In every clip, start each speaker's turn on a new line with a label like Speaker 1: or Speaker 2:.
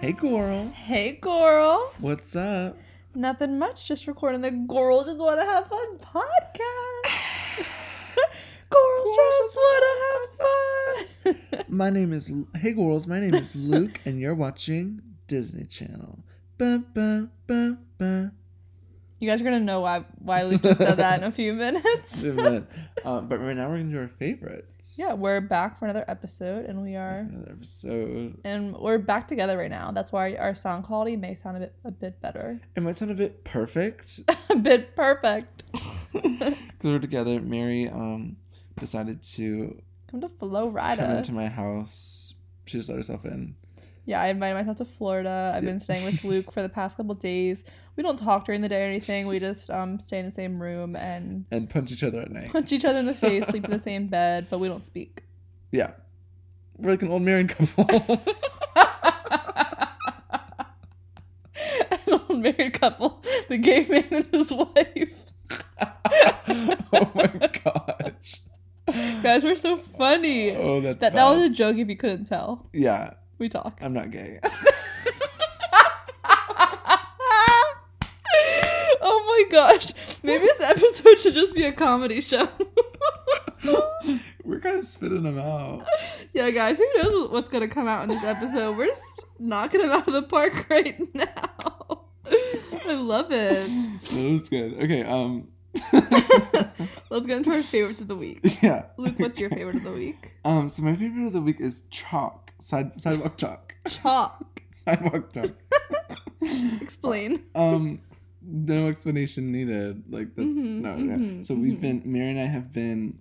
Speaker 1: Hey, Goral.
Speaker 2: Hey, Goral.
Speaker 1: What's up?
Speaker 2: Nothing much. Just recording the Goral Just Want to Have Fun podcast. Gorals just want to have fun.
Speaker 1: My name is Hey, Gorals. My name is Luke, and you're watching Disney Channel. Ba, ba, ba, ba.
Speaker 2: you guys are going to know why, why Luke just said that in a few minutes.
Speaker 1: Wait a minute. um, but right now we're gonna do our favorites.
Speaker 2: yeah, we're back for another episode and we are.
Speaker 1: Another episode.
Speaker 2: And we're back together right now. That's why our sound quality may sound a bit a bit better,
Speaker 1: It might sound a bit perfect
Speaker 2: a bit perfect.
Speaker 1: because we're together. Mary um decided to
Speaker 2: Come to Florida.
Speaker 1: come into my house. She just let herself in.
Speaker 2: Yeah, I invited myself to Florida. I've
Speaker 1: Yeah.
Speaker 2: been staying with Luke for the past couple days. We don't talk during the day or anything. We just um stay in the same room and
Speaker 1: and punch each other at night.
Speaker 2: punch each other in the face, sleep in the same bed, but we don't speak.
Speaker 1: Yeah. We're like an old married couple.
Speaker 2: An old married couple, the gay man and his wife.
Speaker 1: oh my gosh.
Speaker 2: Guys, we're so funny.
Speaker 1: Oh, that's
Speaker 2: that that was a joke if you couldn't tell.
Speaker 1: yeah.
Speaker 2: We talk.
Speaker 1: I'm not gay.
Speaker 2: oh my gosh. Maybe this episode should just be a comedy show.
Speaker 1: We're kind of spitting them out.
Speaker 2: yeah, guys, who knows what's going to come out in this episode? We're just knocking them out of the park right now. I love it.
Speaker 1: That was good. Okay. Um.
Speaker 2: Let's get into our favorites of the week.
Speaker 1: Yeah.
Speaker 2: Luke, what's your favorite of the week?
Speaker 1: Um. So my favorite of the week is chalk. Side sidewalk chalk.
Speaker 2: Chalk.
Speaker 1: Sidewalk chalk.
Speaker 2: Explain.
Speaker 1: um no explanation needed like that's
Speaker 2: Mhm,
Speaker 1: no yeah.
Speaker 2: mhm,
Speaker 1: so we've
Speaker 2: mhm.
Speaker 1: been mary and i have been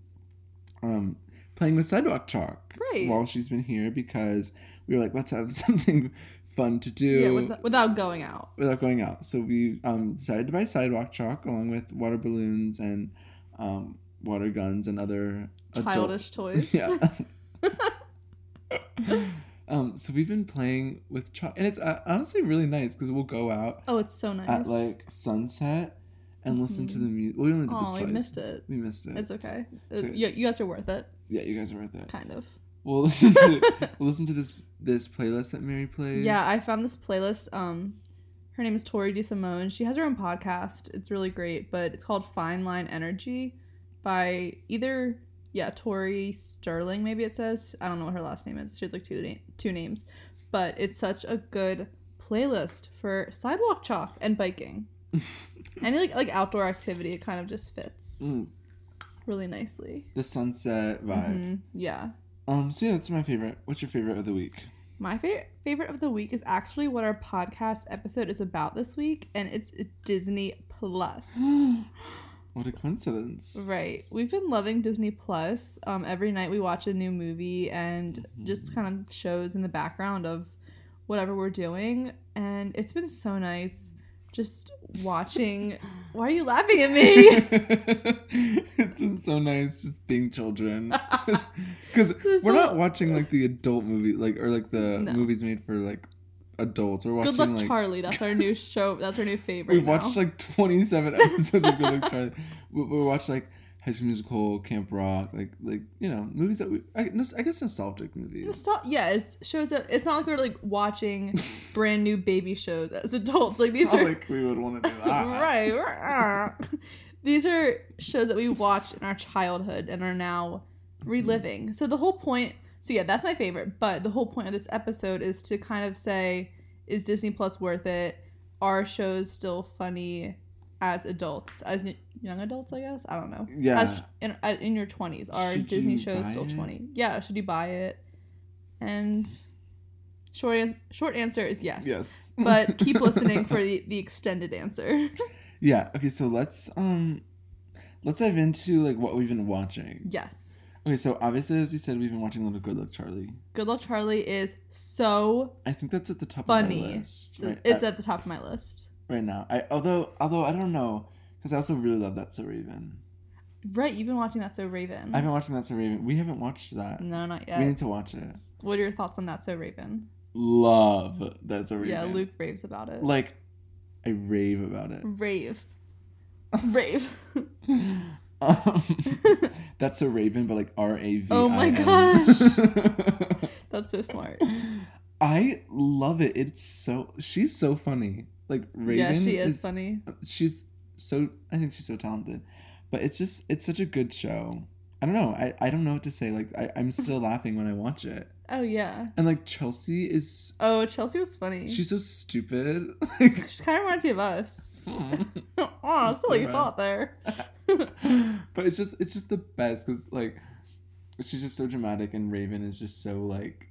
Speaker 1: um playing with sidewalk chalk
Speaker 2: Right.
Speaker 1: while she's been here because we were like let's have something fun to do
Speaker 2: Yeah, with, without going out.
Speaker 1: without going out so we um decided to buy sidewalk chalk along with water balloons and um water guns and other adult-
Speaker 2: Childish toys.
Speaker 1: yeah um so we've been playing with chalk and it's uh, honestly really nice because we'll go out
Speaker 2: Oh, it's so nice.
Speaker 1: at like sunset and listen to
Speaker 2: Mhm.
Speaker 1: the music. We only did this
Speaker 2: oh,
Speaker 1: twice.
Speaker 2: we missed it.
Speaker 1: We missed it.
Speaker 2: It's okay. Uh,
Speaker 1: Okay.
Speaker 2: you, you guys are worth it,
Speaker 1: Yeah, you guys are worth it.
Speaker 2: kind of.
Speaker 1: We'll listen to we'll listen to this this playlist that Mary plays.
Speaker 2: Yeah, I found this playlist. Um, her name is Tori DeSimone. She has her own podcast. It's really great, but it's called Fine Line Energy by either yeah Tori Sterling. Maybe it says I don't know what her last name is. She has like two na- two names, but it's such a good playlist for sidewalk chalk and biking. Any like like outdoor activity, it kind of just fits
Speaker 1: Mm,
Speaker 2: really nicely.
Speaker 1: the sunset vibe.
Speaker 2: Mhm, Yeah.
Speaker 1: Um. So yeah, that's my favorite. What's your favorite of the week?
Speaker 2: My favorite favorite of the week is actually what our podcast episode is about this week, and it's Disney Plus.
Speaker 1: What a coincidence.
Speaker 2: Right. We've been loving Disney Plus. Um, every night we watch a new movie and just
Speaker 1: Mhm.
Speaker 2: kind of shows in the background of whatever we're doing. And it's been so nice just watching. Why are you laughing at me?
Speaker 1: it's been so nice just being children because
Speaker 2: This
Speaker 1: we're
Speaker 2: whole-
Speaker 1: not watching like the adult movie like or like the
Speaker 2: No.
Speaker 1: movies made for like adults we're watching
Speaker 2: Good luck,
Speaker 1: like
Speaker 2: Charlie. That's our new show. That's our new favorite.
Speaker 1: we watched like 27 episodes of Good Luck Charlie. We, we watched like High School Musical, Camp Rock, like like you know movies that we I, guess- I guess nostalgic movies.
Speaker 2: So, yeah, it shows up. It's not like we're like watching brand new baby shows as adults. Like these
Speaker 1: It's not
Speaker 2: are
Speaker 1: like we would want to do that.
Speaker 2: right. uh, these are shows that we watched in our childhood and are now reliving. So the whole point. So yeah, that's my favorite. But the whole point of this episode is to kind of say, is Disney Plus worth it? Are shows still funny as adults, as n- young adults? I guess I don't know.
Speaker 1: Yeah.
Speaker 2: As in, uh, in your twenties, are
Speaker 1: Should
Speaker 2: Disney
Speaker 1: you
Speaker 2: shows
Speaker 1: buy
Speaker 2: still
Speaker 1: it?
Speaker 2: twenty? Yeah, should you buy it? And short an- short answer is yes.
Speaker 1: yes.
Speaker 2: But keep listening for the, the extended answer.
Speaker 1: yeah. Okay. So let's um let's dive into like what we've been watching.
Speaker 2: Yes.
Speaker 1: Okay. So obviously, as we said, we've been watching a lot of Good Luck Charlie.
Speaker 2: Good Luck Charlie is so
Speaker 1: I think that's at the top of my
Speaker 2: Funny.
Speaker 1: list right,
Speaker 2: it's
Speaker 1: at-
Speaker 2: at the top of my list.
Speaker 1: right now. I although although I don't know because I also really love That So Raven.
Speaker 2: Right, you've been watching that so Raven.
Speaker 1: I've been watching That So Raven. We haven't watched that.
Speaker 2: no, not
Speaker 1: We
Speaker 2: yet.
Speaker 1: need to watch it.
Speaker 2: What are your thoughts on that so Raven?
Speaker 1: Love that's a rave.
Speaker 2: Yeah, Luke raves about it.
Speaker 1: Like, I rave about it.
Speaker 2: rave. Rave.
Speaker 1: Um, that's a raven, but like R A V.
Speaker 2: Oh my
Speaker 1: I N.
Speaker 2: That's so smart.
Speaker 1: I love it. It's so she's so funny. Like Raven,
Speaker 2: yeah, she is,
Speaker 1: is
Speaker 2: funny.
Speaker 1: she's so I think she's so talented. But it's just it's such a good show. I don't know. I, I don't know what to say. Like I, I'm still laughing when I watch it.
Speaker 2: Oh yeah.
Speaker 1: And like Chelsea is
Speaker 2: Oh, Chelsea was funny. She's,
Speaker 1: she's so stupid. Like
Speaker 2: she kind of reminds me of us. oh, silly
Speaker 1: Right.
Speaker 2: thought there.
Speaker 1: but it's just it's just the best because like she's just so dramatic and Raven is just so like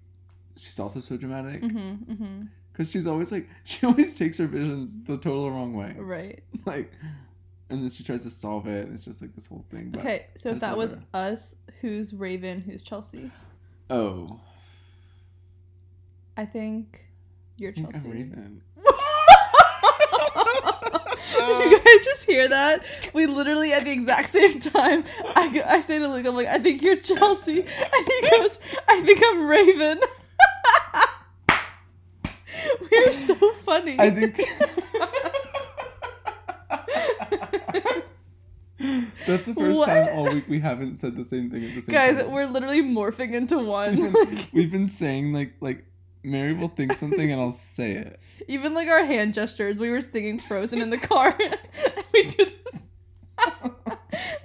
Speaker 1: she's also so dramatic
Speaker 2: hmm
Speaker 1: because
Speaker 2: hmm
Speaker 1: she's always like she always takes her visions the total wrong way
Speaker 2: Right.
Speaker 1: like and then she tries to solve it and it's just like this whole thing but
Speaker 2: Okay, so
Speaker 1: I just
Speaker 2: if that
Speaker 1: love
Speaker 2: was
Speaker 1: her.
Speaker 2: us, who's Raven, who's Chelsea?
Speaker 1: oh
Speaker 2: I think you're
Speaker 1: I think
Speaker 2: Chelsea.
Speaker 1: I'm Raven
Speaker 2: Did you guys just hear that? We literally at the exact same time. I, go- I say to Luke, I'm like, I think you're Chelsea, and he goes, I think I'm Raven. we are so funny.
Speaker 1: I think that's the first
Speaker 2: What?
Speaker 1: time all week we haven't said the same thing at the same
Speaker 2: guys,
Speaker 1: time.
Speaker 2: we're literally morphing into one.
Speaker 1: We've
Speaker 2: Like,
Speaker 1: been- we've been saying like like Mary will think something and I'll say it.
Speaker 2: even like our hand gestures, we were singing Frozen in the car, and we do this.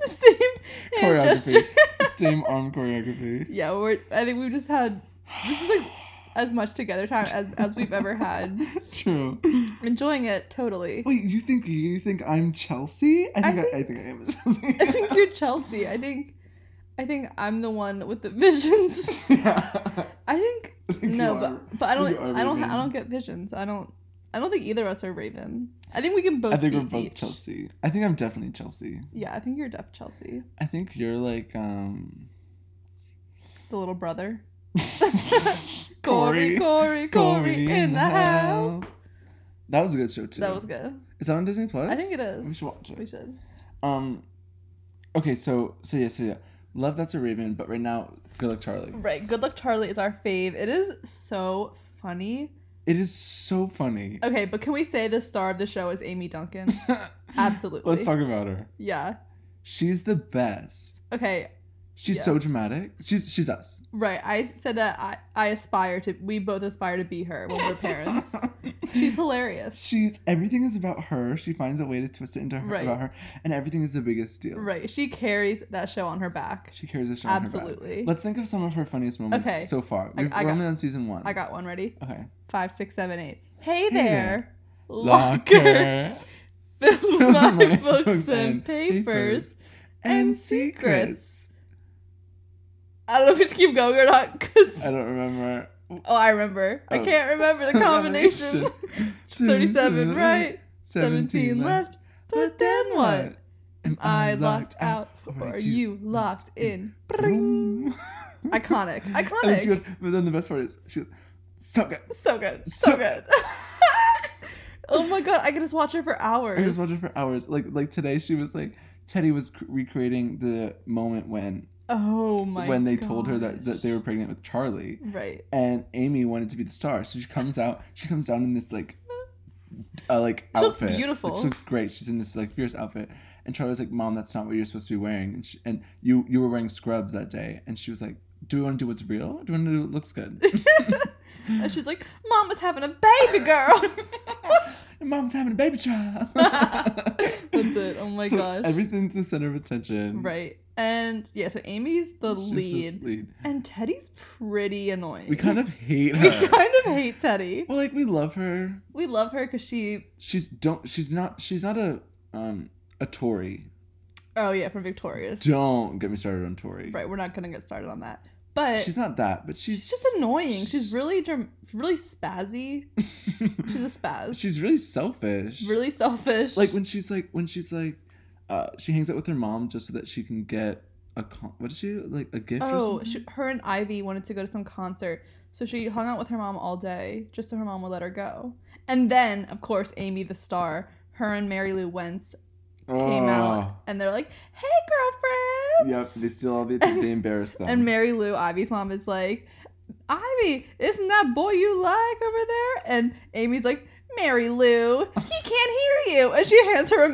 Speaker 2: the same hand gesture.
Speaker 1: Choreography, same arm choreography.
Speaker 2: Yeah, we're. I think we've just had this is like as much together time as, as we've ever had.
Speaker 1: True.
Speaker 2: Enjoying it totally.
Speaker 1: Wait, you think you think I'm Chelsea? I
Speaker 2: I
Speaker 1: think I, I, think I am Chelsea.
Speaker 2: I think you're Chelsea. I think, I think I'm the one with the visions.
Speaker 1: yeah.
Speaker 2: I think
Speaker 1: I think
Speaker 2: no,
Speaker 1: you are.
Speaker 2: but but I
Speaker 1: you
Speaker 2: don't.
Speaker 1: are
Speaker 2: I don't.
Speaker 1: Raven.
Speaker 2: I don't get visions. I don't. I don't think either of us are Raven. I think we can both.
Speaker 1: I think
Speaker 2: be
Speaker 1: we're both
Speaker 2: each.
Speaker 1: Chelsea. I think I'm definitely Chelsea.
Speaker 2: Yeah, I think you're deaf Chelsea,
Speaker 1: I think you're like um
Speaker 2: the little brother.
Speaker 1: Corey.
Speaker 2: Corey, Corey, Corey in the house.
Speaker 1: That was a good show too.
Speaker 2: That was good.
Speaker 1: Is that on Disney Plus?
Speaker 2: I think it is.
Speaker 1: We should watch it.
Speaker 2: We should.
Speaker 1: Um, okay, so so yeah, so yeah, love that's a Raven, but right now, Good Luck Charlie.
Speaker 2: Right. Good Luck Charlie is our fave. It is so funny.
Speaker 1: It is so funny.
Speaker 2: Okay, but can we say the star of the show is Amy Duncan? Absolutely.
Speaker 1: Let's talk about her.
Speaker 2: Yeah.
Speaker 1: She's the best.
Speaker 2: Okay.
Speaker 1: She's
Speaker 2: Yeah.
Speaker 1: so dramatic. She's she's us.
Speaker 2: Right. I said that I, I aspire to. We both aspire to be her when we're parents. She's hilarious.
Speaker 1: she's everything is about her. She finds a way to twist it into her,
Speaker 2: Right.
Speaker 1: about her, and everything is the biggest deal.
Speaker 2: Right. She carries that show on her back.
Speaker 1: She carries a show. on her back.
Speaker 2: Absolutely.
Speaker 1: Let's think of some of her funniest moments
Speaker 2: Okay.
Speaker 1: so far.
Speaker 2: I-
Speaker 1: We've,
Speaker 2: I
Speaker 1: we're
Speaker 2: got-
Speaker 1: only on season one.
Speaker 2: I got one ready.
Speaker 1: okay.
Speaker 2: Five, six, seven, eight. Hey,
Speaker 1: there,
Speaker 2: there, locker, filled with my books and papers. and secrets. I don't know if we should keep going or not. Cause
Speaker 1: I don't remember.
Speaker 2: oh, I remember. I
Speaker 1: Oh.
Speaker 2: can't remember the combination. Thirty-seven right, seventeen left. But then what?
Speaker 1: Am
Speaker 2: I locked out, or you locked in. Bring.
Speaker 1: Vroom.
Speaker 2: Iconic,
Speaker 1: And then she
Speaker 2: iconic.
Speaker 1: goes, but then the best part is she goes, suck it.
Speaker 2: So good,
Speaker 1: So-
Speaker 2: so good. oh my god, I could just watch her for hours.
Speaker 1: I just watched it for hours. Like like today, she was like, Teddy was cr- recreating the moment when
Speaker 2: Oh my.
Speaker 1: when they told her that,
Speaker 2: gosh.
Speaker 1: that they were pregnant with Charlie.
Speaker 2: Right.
Speaker 1: and Amy wanted to be the star, so she comes out. She comes down in this like, uh, like
Speaker 2: She looks
Speaker 1: outfit. Like,
Speaker 2: beautiful.
Speaker 1: she looks great. She's in this like fierce outfit, and Charlie's like, "Mom, that's not what you're supposed to be wearing." And, she, and you you were wearing scrubs that day, and she was like, "Do we want to do what's real? Or do we want to do what looks good?"
Speaker 2: And she's like, "Mama's having a baby girl."
Speaker 1: and mom's having a baby child.
Speaker 2: That's it. Oh my
Speaker 1: so
Speaker 2: gosh.
Speaker 1: Everything's the center of attention.
Speaker 2: right. And yeah, so Amy's the
Speaker 1: She's this
Speaker 2: lead.
Speaker 1: lead.
Speaker 2: And Teddy's pretty annoying.
Speaker 1: We kind of hate
Speaker 2: we
Speaker 1: her.
Speaker 2: kind of hate Teddy.
Speaker 1: well, like we love her.
Speaker 2: We love her because she.
Speaker 1: She's don't. She's not. She's not a um a Tory.
Speaker 2: Oh yeah, from Victorious.
Speaker 1: Don't get me started on Tori.
Speaker 2: Right, we're not gonna get started on that. But she's,
Speaker 1: She's not that, but she's
Speaker 2: just annoying. She's really dram- really spazzy. She's a spaz.
Speaker 1: she's really selfish.
Speaker 2: really selfish.
Speaker 1: like when she's like when she's like, uh, she hangs out with her mom just so that she can get a con- what is she like a gift? or
Speaker 2: oh,
Speaker 1: something?
Speaker 2: she, her and Ivy wanted to go to some concert, so she hung out with her mom all day just so her mom would let her go. And then, of course, Amy the star, her and Mary Lou Wentz came out, and they're like, "Hey,
Speaker 1: Oh. Ah, Yep,
Speaker 2: girlfriends!"
Speaker 1: they steal all the they embarrass them.
Speaker 2: And Mary Lou, Ivy's mom, is like, Ivy, isn't that boy you like over there? And Amy's like, Mary Lou, he can't hear you. And she hands her a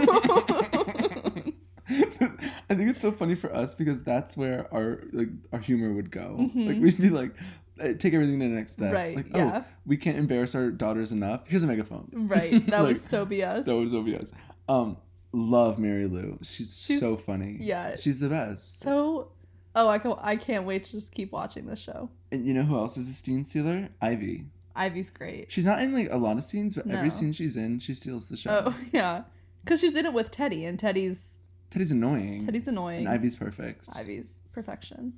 Speaker 2: megaphone.
Speaker 1: I think it's so funny for us because that's where our like our humor would go.
Speaker 2: Mhm.
Speaker 1: Like we'd be like, uh, take everything to the next step.
Speaker 2: Right,
Speaker 1: Like,
Speaker 2: yeah.
Speaker 1: oh, we can't embarrass our daughters enough. Here's a megaphone.
Speaker 2: Right. That
Speaker 1: Like,
Speaker 2: was so BS.
Speaker 1: That was obvious. Um, love Mary Lou. She's,
Speaker 2: She's-
Speaker 1: so funny.
Speaker 2: yeah.
Speaker 1: She's the best.
Speaker 2: so oh, I can I can't wait to just keep watching this show.
Speaker 1: and you know who else is a scene stealer? Ivy.
Speaker 2: Ivy's great.
Speaker 1: She's not in like a lot of scenes, but
Speaker 2: No.
Speaker 1: every scene she's in, she steals the show.
Speaker 2: Oh yeah, because she's in it with Teddy, and Teddy's
Speaker 1: Teddy's annoying.
Speaker 2: Teddy's annoying.
Speaker 1: Mm. and Ivy's perfect.
Speaker 2: Ivy's perfection.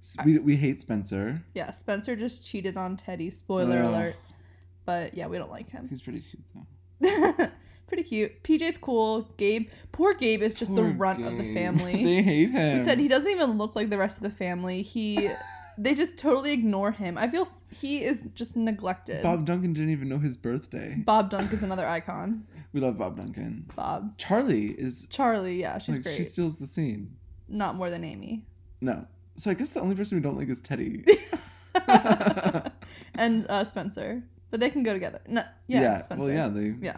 Speaker 1: S- We, we hate Spencer.
Speaker 2: Yeah, Spencer just cheated on Teddy. Spoiler
Speaker 1: Ugh.
Speaker 2: alert. But yeah, we don't like him.
Speaker 1: He's pretty cute though.
Speaker 2: Pretty cute. PJ's cool. Gabe, poor Gabe is just the
Speaker 1: Poor
Speaker 2: runt of the
Speaker 1: Gabe.
Speaker 2: family.
Speaker 1: they hate him.
Speaker 2: He said he doesn't even look like the rest of the family. He, they just totally ignore him. I feel s- he is just neglected.
Speaker 1: Bob Duncan didn't even know his birthday.
Speaker 2: Bob Dunk is another icon.
Speaker 1: We love Bob Duncan.
Speaker 2: Bob,
Speaker 1: Charlie is
Speaker 2: Charlie, yeah, she's
Speaker 1: like
Speaker 2: great.
Speaker 1: she steals the scene.
Speaker 2: Not more than Amy.
Speaker 1: No. So I guess the only person we don't like is Teddy.
Speaker 2: and uh, Spencer, but they can go together. No, yeah, Spencer.
Speaker 1: Well, yeah, they.
Speaker 2: Yeah.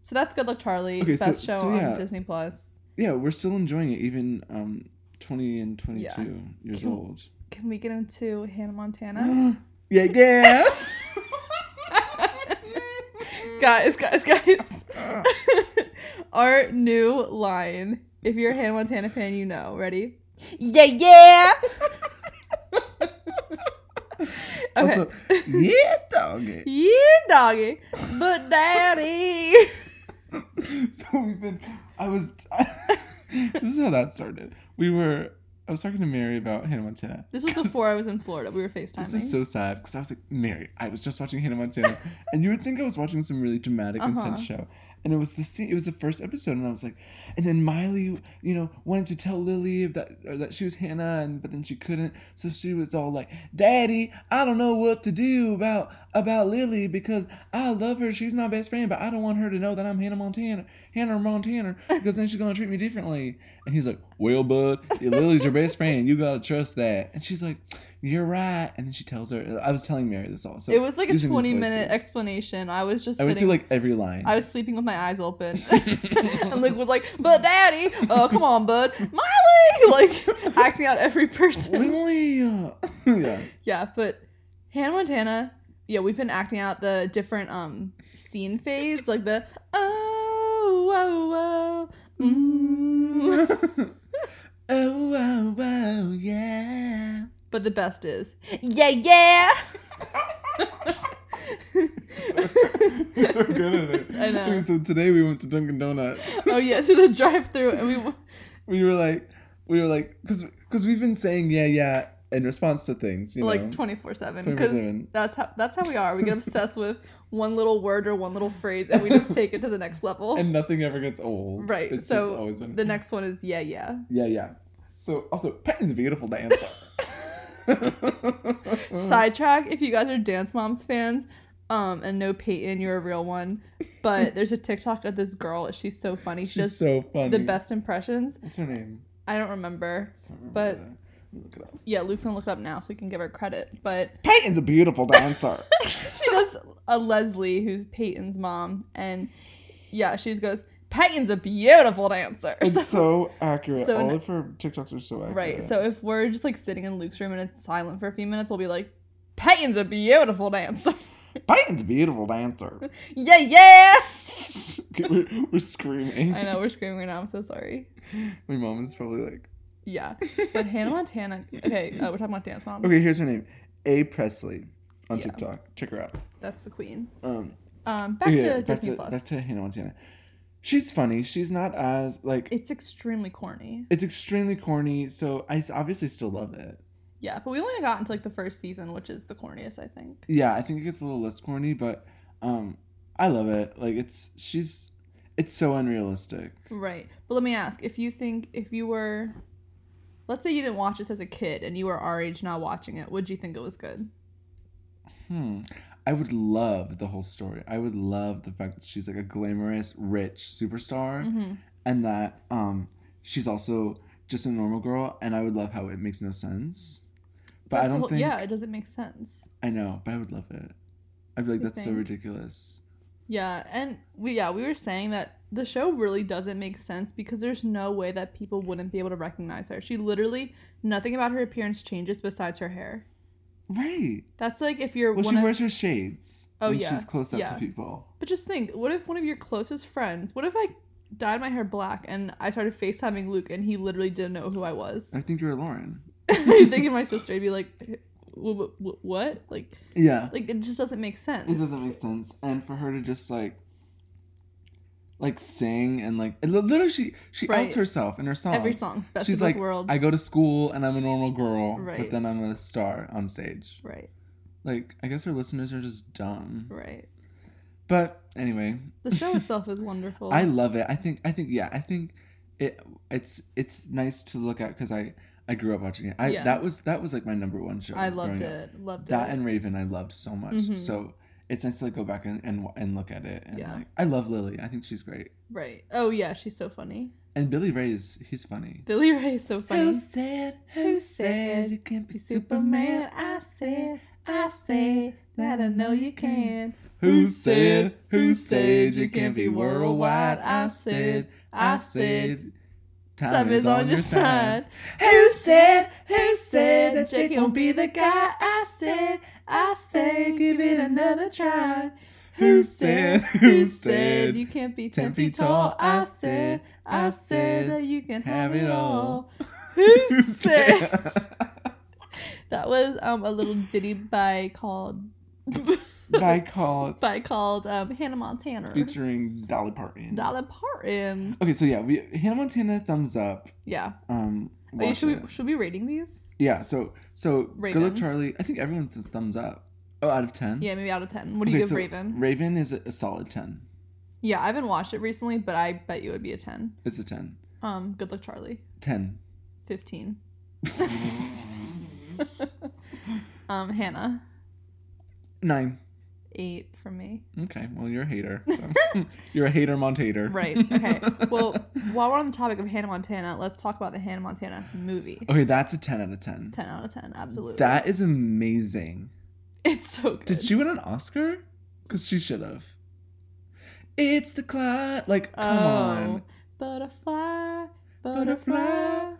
Speaker 2: So that's Good Luck Charlie,
Speaker 1: Okay, so-
Speaker 2: best show
Speaker 1: so, yeah.
Speaker 2: on Disney Plus.
Speaker 1: Yeah, we're still enjoying it, even um, 20 and 22 years
Speaker 2: Can-
Speaker 1: old.
Speaker 2: Can we get into Hannah Montana?
Speaker 1: yeah, yeah.
Speaker 2: guys, guys, guys. Our new line. If you're a Hannah Montana fan, you know. Ready? Yeah, yeah. okay.
Speaker 1: Also, yeah, dog. it.
Speaker 2: yeah, doggy, but daddy.
Speaker 1: So we've been. I was. this is how that started. We were. I was talking to Mary about Hannah Montana.
Speaker 2: This was before I was in Florida. We were FaceTiming.
Speaker 1: This is so sad because I was like, Mary, I was just watching Hannah Montana, and you would think I was watching some really dramatic, intense show. And it was the scene, it was the first episode, and I was like, and then Miley, you know, wanted to tell Lily that or that she was Hannah, and but then she couldn't, so she was all like, "Daddy, I don't know what to do about about Lily because I love her, she's my best friend, but I don't want her to know that I'm Hannah Montana, Hannah Montana, because then she's gonna treat me differently." And he's like, "Well, bud, Lily's your best friend, you gotta trust that." And she's like, "You're right," and then she tells her, "I was telling Mary this also."
Speaker 2: it was like a
Speaker 1: using these
Speaker 2: 20 minute
Speaker 1: voices.
Speaker 2: explanation. I was just
Speaker 1: I went
Speaker 2: sitting.
Speaker 1: through like every line.
Speaker 2: I was sleeping with my eyes open, and Luke was like, "But daddy, oh come on, bud, Miley," like acting out every person.
Speaker 1: Lily, uh, yeah.
Speaker 2: Yeah, but Hannah Montana. Yeah, we've been acting out the different um scene fades, like the oh oh oh. Mm.
Speaker 1: oh, wow, wow, yeah.
Speaker 2: But the best is, yeah, yeah.
Speaker 1: He's so good at it.
Speaker 2: I know.
Speaker 1: Okay, so today we went to Dunkin' Donuts.
Speaker 2: oh yeah, to the drive-through, and we
Speaker 1: We were like, we were like, because because we've been saying yeah, yeah in response to things, you know.
Speaker 2: like twenty-four seven because
Speaker 1: 24/7.
Speaker 2: that's how that's how we are. We get obsessed with one little word or one little phrase, and we just take it to the next level.
Speaker 1: and nothing ever gets old.
Speaker 2: right.
Speaker 1: It's
Speaker 2: so
Speaker 1: just always been
Speaker 2: the next one is yeah, yeah.
Speaker 1: Yeah, yeah. So also, Pat is a beautiful dancer. Uh-huh.
Speaker 2: Sidetrack. If you guys are Dance Moms fans. Um, and no Peyton, you're a real one. But there's a TikTok of this girl. She's so funny. She
Speaker 1: She's
Speaker 2: does
Speaker 1: so funny.
Speaker 2: the best impressions.
Speaker 1: What's her name?
Speaker 2: I don't remember.
Speaker 1: I don't remember that.
Speaker 2: But-
Speaker 1: Let me look it up.
Speaker 2: Yeah, Luke's gonna look it up now so we can give her credit. But
Speaker 1: Peyton's a beautiful dancer.
Speaker 2: she does a Leslie, who's Peyton's mom, and yeah, she goes, Peyton's a beautiful dancer.
Speaker 1: It's so accurate.
Speaker 2: So
Speaker 1: All
Speaker 2: in-
Speaker 1: of her TikToks are so accurate.
Speaker 2: right. So if we're just like sitting in Luke's room and it's silent for a few minutes, we'll be like, Peyton's a beautiful dancer.
Speaker 1: Peyton's a beautiful dancer.
Speaker 2: yeah, yeah.
Speaker 1: we're, we're screaming.
Speaker 2: I know we're screaming right now. I'm so sorry.
Speaker 1: My mom is probably like,
Speaker 2: Yeah, but Hannah Montana. Okay, uh, we're talking about dance moms.
Speaker 1: okay, here's her name, A Presley, on
Speaker 2: Yeah.
Speaker 1: TikTok. Check her out.
Speaker 2: That's the queen.
Speaker 1: Um,
Speaker 2: Um, back
Speaker 1: yeah,
Speaker 2: to
Speaker 1: back
Speaker 2: Disney
Speaker 1: to
Speaker 2: Plus.
Speaker 1: back to Hannah Montana. She's funny. She's not as like.
Speaker 2: it's extremely corny.
Speaker 1: it's extremely corny, so I s- obviously still love it.
Speaker 2: Yeah, but we only got into like the first season, which is the corniest, I think.
Speaker 1: Yeah, I think it gets a little less corny, but um, I love it. Like it's she's, it's so unrealistic.
Speaker 2: Right. But let me ask if you think, if you were, let's say you didn't watch this as a kid and you were our age now watching it, would you think it was good?
Speaker 1: Hmm. I would love the whole story. I would love the fact that she's like a glamorous, rich superstar,
Speaker 2: Mm-hmm.
Speaker 1: and that um, she's also just a normal girl. And I would love how it makes no sense. But I don't think
Speaker 2: Yeah, it doesn't make sense.
Speaker 1: I know. But I would love it. I'd be like,
Speaker 2: You
Speaker 1: that's so
Speaker 2: think?
Speaker 1: ridiculous.
Speaker 2: Yeah. And we, yeah, we were saying that the show really doesn't make sense because there's no way that people wouldn't be able to recognize her. She literally, nothing about her appearance changes besides her hair.
Speaker 1: Right.
Speaker 2: That's like if you're
Speaker 1: Well,
Speaker 2: one
Speaker 1: she
Speaker 2: of,
Speaker 1: wears her shades
Speaker 2: Oh,
Speaker 1: when
Speaker 2: yeah.
Speaker 1: she's close up
Speaker 2: Yeah.
Speaker 1: to people.
Speaker 2: But just think, what if one of your closest friends? What if I dyed my hair black and I started FaceTiming Luke and he literally didn't know who I was?
Speaker 1: I think you're Lauren.
Speaker 2: Thinking my sister, he'd be like, "Wh- wh- wh- "What?" Like,
Speaker 1: Yeah.
Speaker 2: like it just doesn't make sense.
Speaker 1: It doesn't make sense. And for her to just like like sing and like li- literally she she
Speaker 2: Right.
Speaker 1: outs herself in her song.
Speaker 2: Every song's best
Speaker 1: She's
Speaker 2: of both
Speaker 1: like,
Speaker 2: worlds.
Speaker 1: I go to school and I'm a normal girl,
Speaker 2: Right.
Speaker 1: but then I'm a star on stage.
Speaker 2: right,
Speaker 1: Like I guess her listeners are just dumb.
Speaker 2: right.
Speaker 1: But anyway,
Speaker 2: The show itself is wonderful.
Speaker 1: I love it. I think I think yeah, I think it it's it's nice to look at cuz I I grew up watching it. I
Speaker 2: Yeah.
Speaker 1: that was that was like my number one show.
Speaker 2: I loved
Speaker 1: growing up.
Speaker 2: it. Loved
Speaker 1: That
Speaker 2: it.
Speaker 1: and Raven I loved so much.
Speaker 2: Mhm.
Speaker 1: So it's nice to like go back and and, and look at it and
Speaker 2: Yeah.
Speaker 1: like I love Lily. I think she's great.
Speaker 2: right. Oh yeah, she's so funny.
Speaker 1: And Billy Ray is he's funny.
Speaker 2: Billy Ray is so funny.
Speaker 1: Who said who
Speaker 2: Who
Speaker 1: said
Speaker 2: said
Speaker 1: you can't be
Speaker 2: Be
Speaker 1: Superman?
Speaker 2: Superman, I said, I said that I know you can.
Speaker 1: Who said who said you can't be worldwide? I said I said time,
Speaker 2: Time is on your side.
Speaker 1: Who said
Speaker 2: Who said that Jake won't be the guy? I said, I said, give it another try.
Speaker 1: Who said?
Speaker 2: Who said you can't be
Speaker 1: Ten
Speaker 2: ten
Speaker 1: feet
Speaker 2: feet tall?
Speaker 1: tall.
Speaker 2: I said,
Speaker 1: I
Speaker 2: I said
Speaker 1: said,
Speaker 2: that you can have it all. Who said? That was um a little ditty by called
Speaker 1: By call
Speaker 2: by called um Hannah Montana.
Speaker 1: featuring Dolly Parton.
Speaker 2: Dolly Parton.
Speaker 1: Okay, so yeah, we Hannah Montana thumbs up.
Speaker 2: Yeah.
Speaker 1: Um,
Speaker 2: Wait,
Speaker 1: watch
Speaker 2: should
Speaker 1: it.
Speaker 2: we should we be rating these?
Speaker 1: yeah. So so
Speaker 2: Raven.
Speaker 1: Good Luck Charlie. I think everyone says thumbs up. Oh, out of ten.
Speaker 2: Yeah, maybe out of ten. What do you
Speaker 1: Okay,
Speaker 2: give
Speaker 1: so
Speaker 2: Raven?
Speaker 1: Raven is a, a solid ten.
Speaker 2: Yeah, I haven't watched it recently, but I bet you it would be a ten.
Speaker 1: It's a ten.
Speaker 2: Um, good luck, Charlie.
Speaker 1: Ten.
Speaker 2: Fifteen. Um, Hannah.
Speaker 1: Nine.
Speaker 2: Eight from me.
Speaker 1: Okay. Well, you're a hater. so. you're a hater, Montater.
Speaker 2: Right. Okay. well, while we're on the topic of Hannah Montana, let's talk about the Hannah Montana movie.
Speaker 1: Okay, that's a ten out of ten.
Speaker 2: Ten out of ten, absolutely.
Speaker 1: That is amazing.
Speaker 2: it's so good.
Speaker 1: Did she win an Oscar? Because she should have. It's the clock. Like, come on.
Speaker 2: Oh, Butterfly,
Speaker 1: Butterfly,
Speaker 2: butterfly,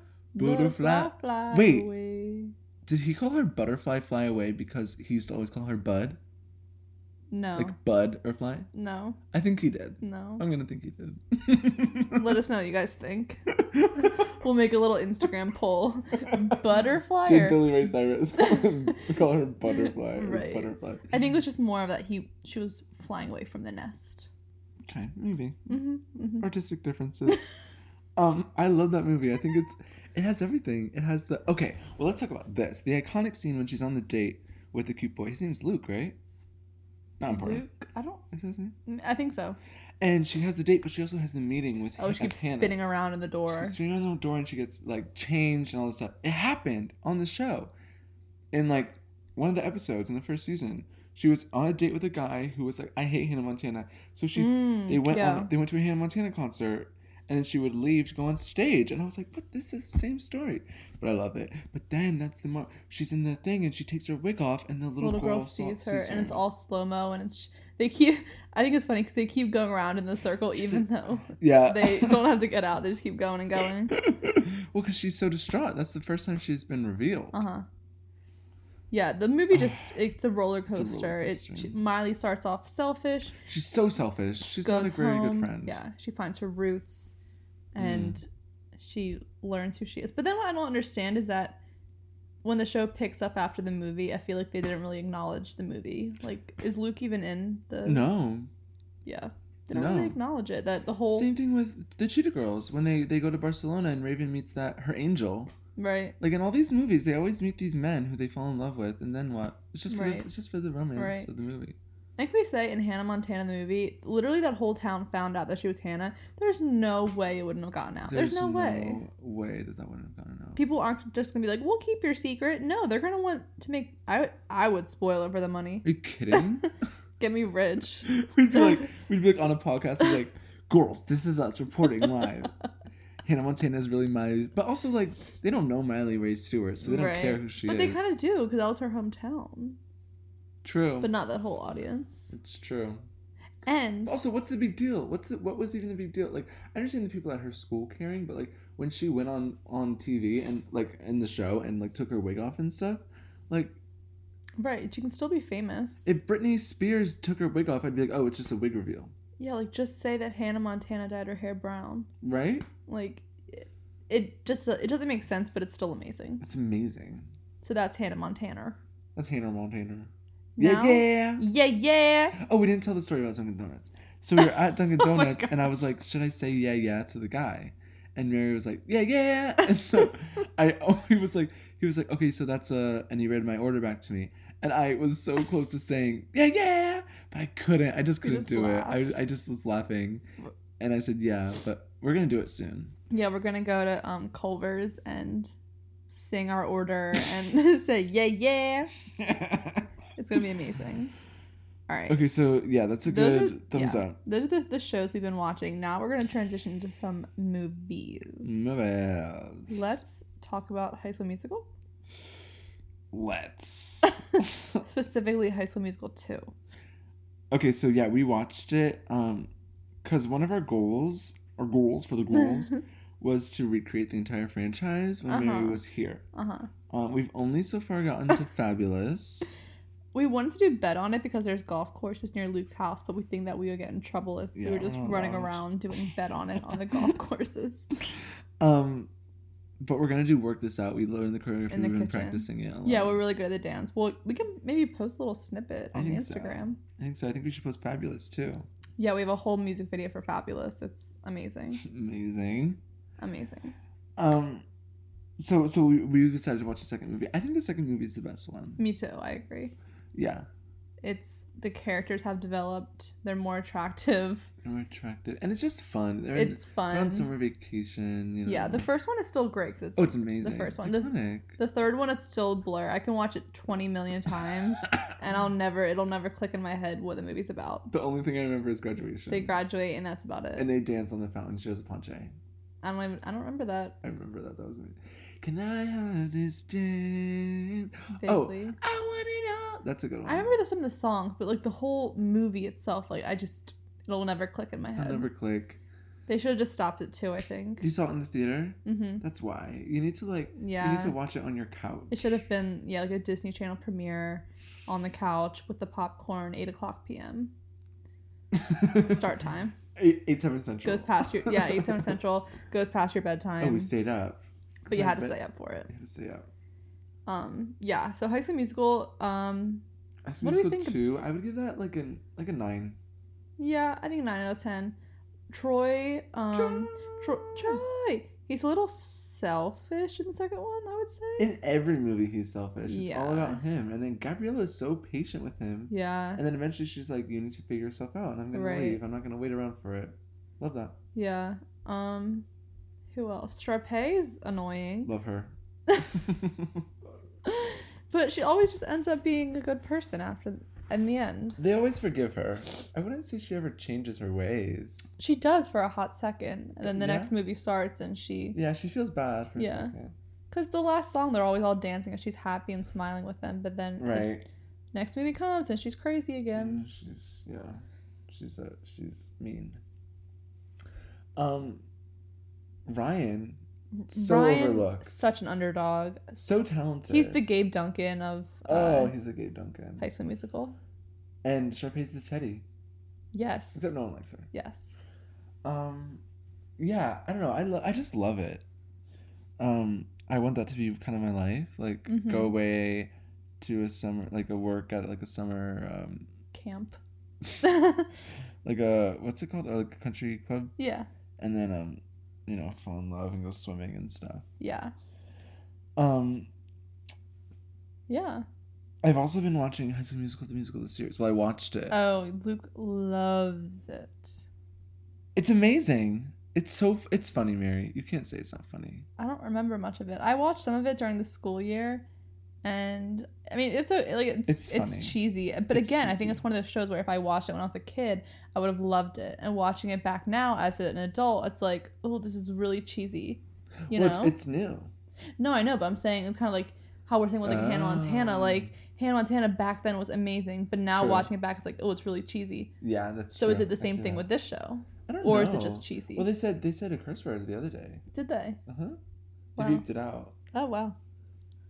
Speaker 1: butterfly.
Speaker 2: fly
Speaker 1: Wait.
Speaker 2: away.
Speaker 1: Did he call her Butterfly Fly Away because he used to always call her Bud?
Speaker 2: No,
Speaker 1: Like Bud or Fly?
Speaker 2: no,
Speaker 1: I think he did.
Speaker 2: no.
Speaker 1: I'm gonna think he did.
Speaker 2: Let us know what you guys think. We'll make a little Instagram poll. Butterfly.
Speaker 1: Did
Speaker 2: or-
Speaker 1: Billy Ray Cyrus call, him, call her Butterfly? Or
Speaker 2: Right.
Speaker 1: butterfly.
Speaker 2: I think it was just more of that he she was flying away from the nest.
Speaker 1: Okay, maybe
Speaker 2: hmm hmm
Speaker 1: artistic differences. um, I love that movie. I think it's it has everything. It has the okay. Well, let's talk about this. The iconic scene when she's on the date with the cute boy. His name's Luke, right? Not important.
Speaker 2: Luke, I don't.
Speaker 1: Is that his name?
Speaker 2: I think so.
Speaker 1: And she has the date, but she also has the meeting with.
Speaker 2: Oh, she
Speaker 1: as
Speaker 2: keeps
Speaker 1: Hannah.
Speaker 2: spinning around in the door.
Speaker 1: She's spinning around the door, and she gets like changed and all this stuff. It happened on the show, in like one of the episodes in the first season. She was on a date with a guy who was like, "I hate Hannah Montana," so she
Speaker 2: Mm,
Speaker 1: they went
Speaker 2: yeah.
Speaker 1: on they went to a Hannah Montana concert and then she would leave to go on stage and I was like, But this is the same story. But I love it. But then that's the mo- she's in the thing and she takes her wig off and the little,
Speaker 2: Little, girl,
Speaker 1: saw-
Speaker 2: sees her, and it's all slow mo, and it's they keep. I think it's funny because they keep going around in the circle,
Speaker 1: She's
Speaker 2: even though
Speaker 1: Yeah.
Speaker 2: they don't have to get out. They just keep going and going.
Speaker 1: well, because she's so distraught. That's the first time she's been revealed.
Speaker 2: Uh huh. Yeah, the movie just—it's a roller
Speaker 1: a roller
Speaker 2: coaster. It
Speaker 1: coaster.
Speaker 2: she, Miley starts off selfish,
Speaker 1: She's so selfish. She's
Speaker 2: goes
Speaker 1: not a very
Speaker 2: home.
Speaker 1: good friend. Mm.
Speaker 2: Yeah, she finds her roots, and she learns who she is. But then what I don't understand is that when the show picks up after the movie, I feel like they didn't really acknowledge the movie. Like, is Luke even in the?
Speaker 1: No.
Speaker 2: Yeah, they don't
Speaker 1: No.
Speaker 2: really acknowledge it. That the whole
Speaker 1: Same thing with the Cheetah Girls when they, they go to Barcelona and Raven meets that her angel.
Speaker 2: right,
Speaker 1: Like in all these movies, they always meet these men who they fall in love with, and then what? It's just for the,
Speaker 2: Right.
Speaker 1: it's just for the romance
Speaker 2: Right.
Speaker 1: of the movie.
Speaker 2: and can we say in Hannah Montana the movie, literally that whole town found out that she was Hannah. There's no way it wouldn't have gotten out. Uh, There's, no, way.
Speaker 1: way that that wouldn't have gotten out.
Speaker 2: People aren't just gonna be like, "We'll keep your secret." No, they're gonna want to make. I would- I would spoil it for the money.
Speaker 1: Are you kidding?
Speaker 2: Get me rich.
Speaker 1: we'd be like, we'd be like on a podcast, we'd be like, girls, this is us reporting live. Hannah Montana is really Miley, but also like they don't know Miley Ray Stewart, so they don't
Speaker 2: Right.
Speaker 1: care who she
Speaker 2: But
Speaker 1: is.
Speaker 2: they kind of do because that was her hometown,
Speaker 1: true.
Speaker 2: but not that whole audience.
Speaker 1: it's true.
Speaker 2: And
Speaker 1: Also, what's the big deal? What's the, what was even the big deal? Like, I understand the people at her school caring, but like when she went on on TV and like in the show and like took her wig off and stuff, like
Speaker 2: Right. You can still be famous.
Speaker 1: If Britney Spears took her wig off, I'd be like, oh, it's just a wig reveal,
Speaker 2: yeah, like just say that Hannah Montana dyed her hair brown.
Speaker 1: right?
Speaker 2: Like it, it just it doesn't make sense, but it's still amazing.
Speaker 1: That's amazing.
Speaker 2: So that's Hannah Montana.
Speaker 1: That's Hannah Montana.
Speaker 2: Now-
Speaker 1: Yeah, yeah.
Speaker 2: Yeah, yeah.
Speaker 1: Oh, we didn't tell the story about Dunkin' Donuts. So we were at Dunkin'
Speaker 2: Oh my
Speaker 1: Donuts, and I was like, should I say yeah, yeah to the guy? And Mary was like, yeah, yeah. And so I, oh, he was like, he was like, okay, so that's a, and he read my order back to me, and I was so close to saying yeah, yeah, but I couldn't. I just
Speaker 2: You
Speaker 1: couldn't
Speaker 2: just
Speaker 1: do it.
Speaker 2: laughed.
Speaker 1: I, I just was laughing, and I said yeah, but we're gonna do it soon.
Speaker 2: Yeah, we're gonna go to um Culver's and sing our order and say yeah, yeah. It's gonna be amazing. All right.
Speaker 1: okay, so yeah, that's a
Speaker 2: Those
Speaker 1: good
Speaker 2: are-
Speaker 1: thumbs
Speaker 2: yeah.
Speaker 1: up.
Speaker 2: Those are the, the shows we've been watching. Now we're gonna transition to some movies.
Speaker 1: Movies.
Speaker 2: Let's talk about High School Musical,
Speaker 1: Let's.
Speaker 2: specifically High School Musical Two.
Speaker 1: okay, so yeah, we watched it. Um, cause one of our goals, our goals for the goals, was to recreate the entire franchise when Mary
Speaker 2: Uh-huh.
Speaker 1: was here.
Speaker 2: uh huh.
Speaker 1: Um, we've only so far gotten to Fabulous.
Speaker 2: We wanted to do bet on it because there's golf courses near Luke's house, but we think that we would get in trouble if we
Speaker 1: Yeah,
Speaker 2: were just
Speaker 1: around.
Speaker 2: running around doing bet on it on the golf courses.
Speaker 1: Um, but we're gonna do work this out. We learned the choreography.
Speaker 2: In the
Speaker 1: We've been
Speaker 2: kitchen.
Speaker 1: practicing it. A lot.
Speaker 2: Yeah, we're really good at the dance. Well, we can maybe post a little snippet
Speaker 1: I
Speaker 2: on the
Speaker 1: think so.
Speaker 2: Instagram.
Speaker 1: I think so. I think we should post Fabulous too.
Speaker 2: Yeah, we have a whole music video for Fabulous. It's amazing.
Speaker 1: Amazing.
Speaker 2: Amazing.
Speaker 1: Um, so so we, we decided to watch the second movie. I think the second movie is the best one.
Speaker 2: Me too, I agree.
Speaker 1: Yeah,
Speaker 2: It's the characters have developed, they're more attractive.
Speaker 1: and we're attracted, and it's just fun. They're in-
Speaker 2: It's
Speaker 1: they're on
Speaker 2: fun.
Speaker 1: summer vacation. You know.
Speaker 2: Yeah, the first one is still great 'cause it's
Speaker 1: oh, it's amazing. It's
Speaker 2: first one. The-
Speaker 1: iconic.
Speaker 2: The third one is still blur. I can watch it 20 million times and I'll never it'll never click in my head what the movie's about.
Speaker 1: The only thing I remember is graduation.
Speaker 2: They graduate and that's about it.
Speaker 1: and they dance on the fountain. She has a ponche.
Speaker 2: I don't even I don't remember that
Speaker 1: I remember that. That was amazing. Can I have this dance? Oh.
Speaker 2: vaguely.
Speaker 1: I want it all. That's a good one.
Speaker 2: I remember the, some of the songs, but like the whole movie itself, like I just it'll never click in my
Speaker 1: I'll
Speaker 2: head.
Speaker 1: never click.
Speaker 2: They should have just stopped it too, I think.
Speaker 1: You saw it in the theater.
Speaker 2: Mhm.
Speaker 1: That's why you need to like. You need
Speaker 2: Yeah.
Speaker 1: to watch it on your couch.
Speaker 2: It should have been yeah, like a Disney Channel premiere on the couch with the popcorn, eight o'clock p.m. start time.
Speaker 1: Eight, eight seven central.
Speaker 2: Goes past your yeah, eight seven central. Goes past your bedtime,
Speaker 1: Oh, we stayed up.
Speaker 2: but you had to
Speaker 1: But-
Speaker 2: stay up for it.
Speaker 1: We had to stay up.
Speaker 2: Um, yeah. So High School Musical. Um,
Speaker 1: As
Speaker 2: What do we
Speaker 1: musical
Speaker 2: think of-
Speaker 1: two, I would give that like an like a nine.
Speaker 2: yeah, I think nine out of ten. Troy. Um, Troy. Troy. He's a little selfish in the second one. I would say.
Speaker 1: In every movie, he's selfish. It's all
Speaker 2: Yeah.
Speaker 1: about him. And then Gabriella is so patient with him.
Speaker 2: yeah.
Speaker 1: And then eventually she's like, "You need to figure yourself out, and I'm gonna
Speaker 2: Right.
Speaker 1: leave. I'm not gonna wait around for it." Love that.
Speaker 2: Yeah. Um, who else? Strape is annoying,
Speaker 1: Love her.
Speaker 2: but she always just ends up being a good person after in the end.
Speaker 1: they always forgive her. I wouldn't say she ever changes her ways.
Speaker 2: She does for a hot second, and then the
Speaker 1: Yeah.
Speaker 2: next movie starts, and she
Speaker 1: Yeah, she feels bad for
Speaker 2: Yeah.
Speaker 1: a second.
Speaker 2: Because the last song, they're always all dancing and she's happy and smiling with them. But then the
Speaker 1: Right.
Speaker 2: next movie comes and she's crazy
Speaker 1: Yeah,
Speaker 2: again.
Speaker 1: she's yeah, she's uh, she's mean. Um, Ryan, so overlooked,
Speaker 2: Such an underdog.
Speaker 1: so talented.
Speaker 2: He's the Gabe Duncan of uh,
Speaker 1: oh, he's the gay Duncan,
Speaker 2: High School Musical.
Speaker 1: and Sharpay's the Teddy.
Speaker 2: Yes.
Speaker 1: Except no one likes her.
Speaker 2: Yes.
Speaker 1: Um, yeah, I don't know. I lo- I just love it. Um, I want that to be kind of my life. Like
Speaker 2: Mhm.
Speaker 1: go away to a summer, like a work at like a summer, um,
Speaker 2: Camp.
Speaker 1: like a what's it called, like a country club
Speaker 2: yeah.
Speaker 1: and then um you know fall in love and go swimming and stuff
Speaker 2: Yeah.
Speaker 1: um
Speaker 2: Yeah.
Speaker 1: i've also been watching high school musical the musical this year well i watched it
Speaker 2: Oh, Luke loves it.
Speaker 1: it's amazing it's so f- it's funny mary you can't say it's not funny
Speaker 2: I don't remember much of it. I watched some of it during the school year. And I mean, it's a like it's it's,
Speaker 1: It's funny.
Speaker 2: cheesy, but
Speaker 1: It's
Speaker 2: again, I think
Speaker 1: cheesy.
Speaker 2: it's one of those shows where if I watched it when I was a kid, I would have loved it. And watching it back now as an adult, it's like, oh, this is really cheesy. You
Speaker 1: well
Speaker 2: know?
Speaker 1: It's, it's new
Speaker 2: no, I know, but I'm saying it's kind of like how we're saying with like Hannah Montana.
Speaker 1: Oh.
Speaker 2: Like Hannah Montana back then was amazing, but now
Speaker 1: True.
Speaker 2: watching it back, it's like, oh, it's really cheesy.
Speaker 1: yeah that's
Speaker 2: So is
Speaker 1: true.
Speaker 2: it the
Speaker 1: I
Speaker 2: same
Speaker 1: see
Speaker 2: thing
Speaker 1: that.
Speaker 2: with this show,
Speaker 1: I don't
Speaker 2: or is it
Speaker 1: know.
Speaker 2: just cheesy?
Speaker 1: well they said they said a curse word the other day
Speaker 2: Did they?
Speaker 1: uh-huh they
Speaker 2: Wow.
Speaker 1: beeped it out
Speaker 2: Oh wow.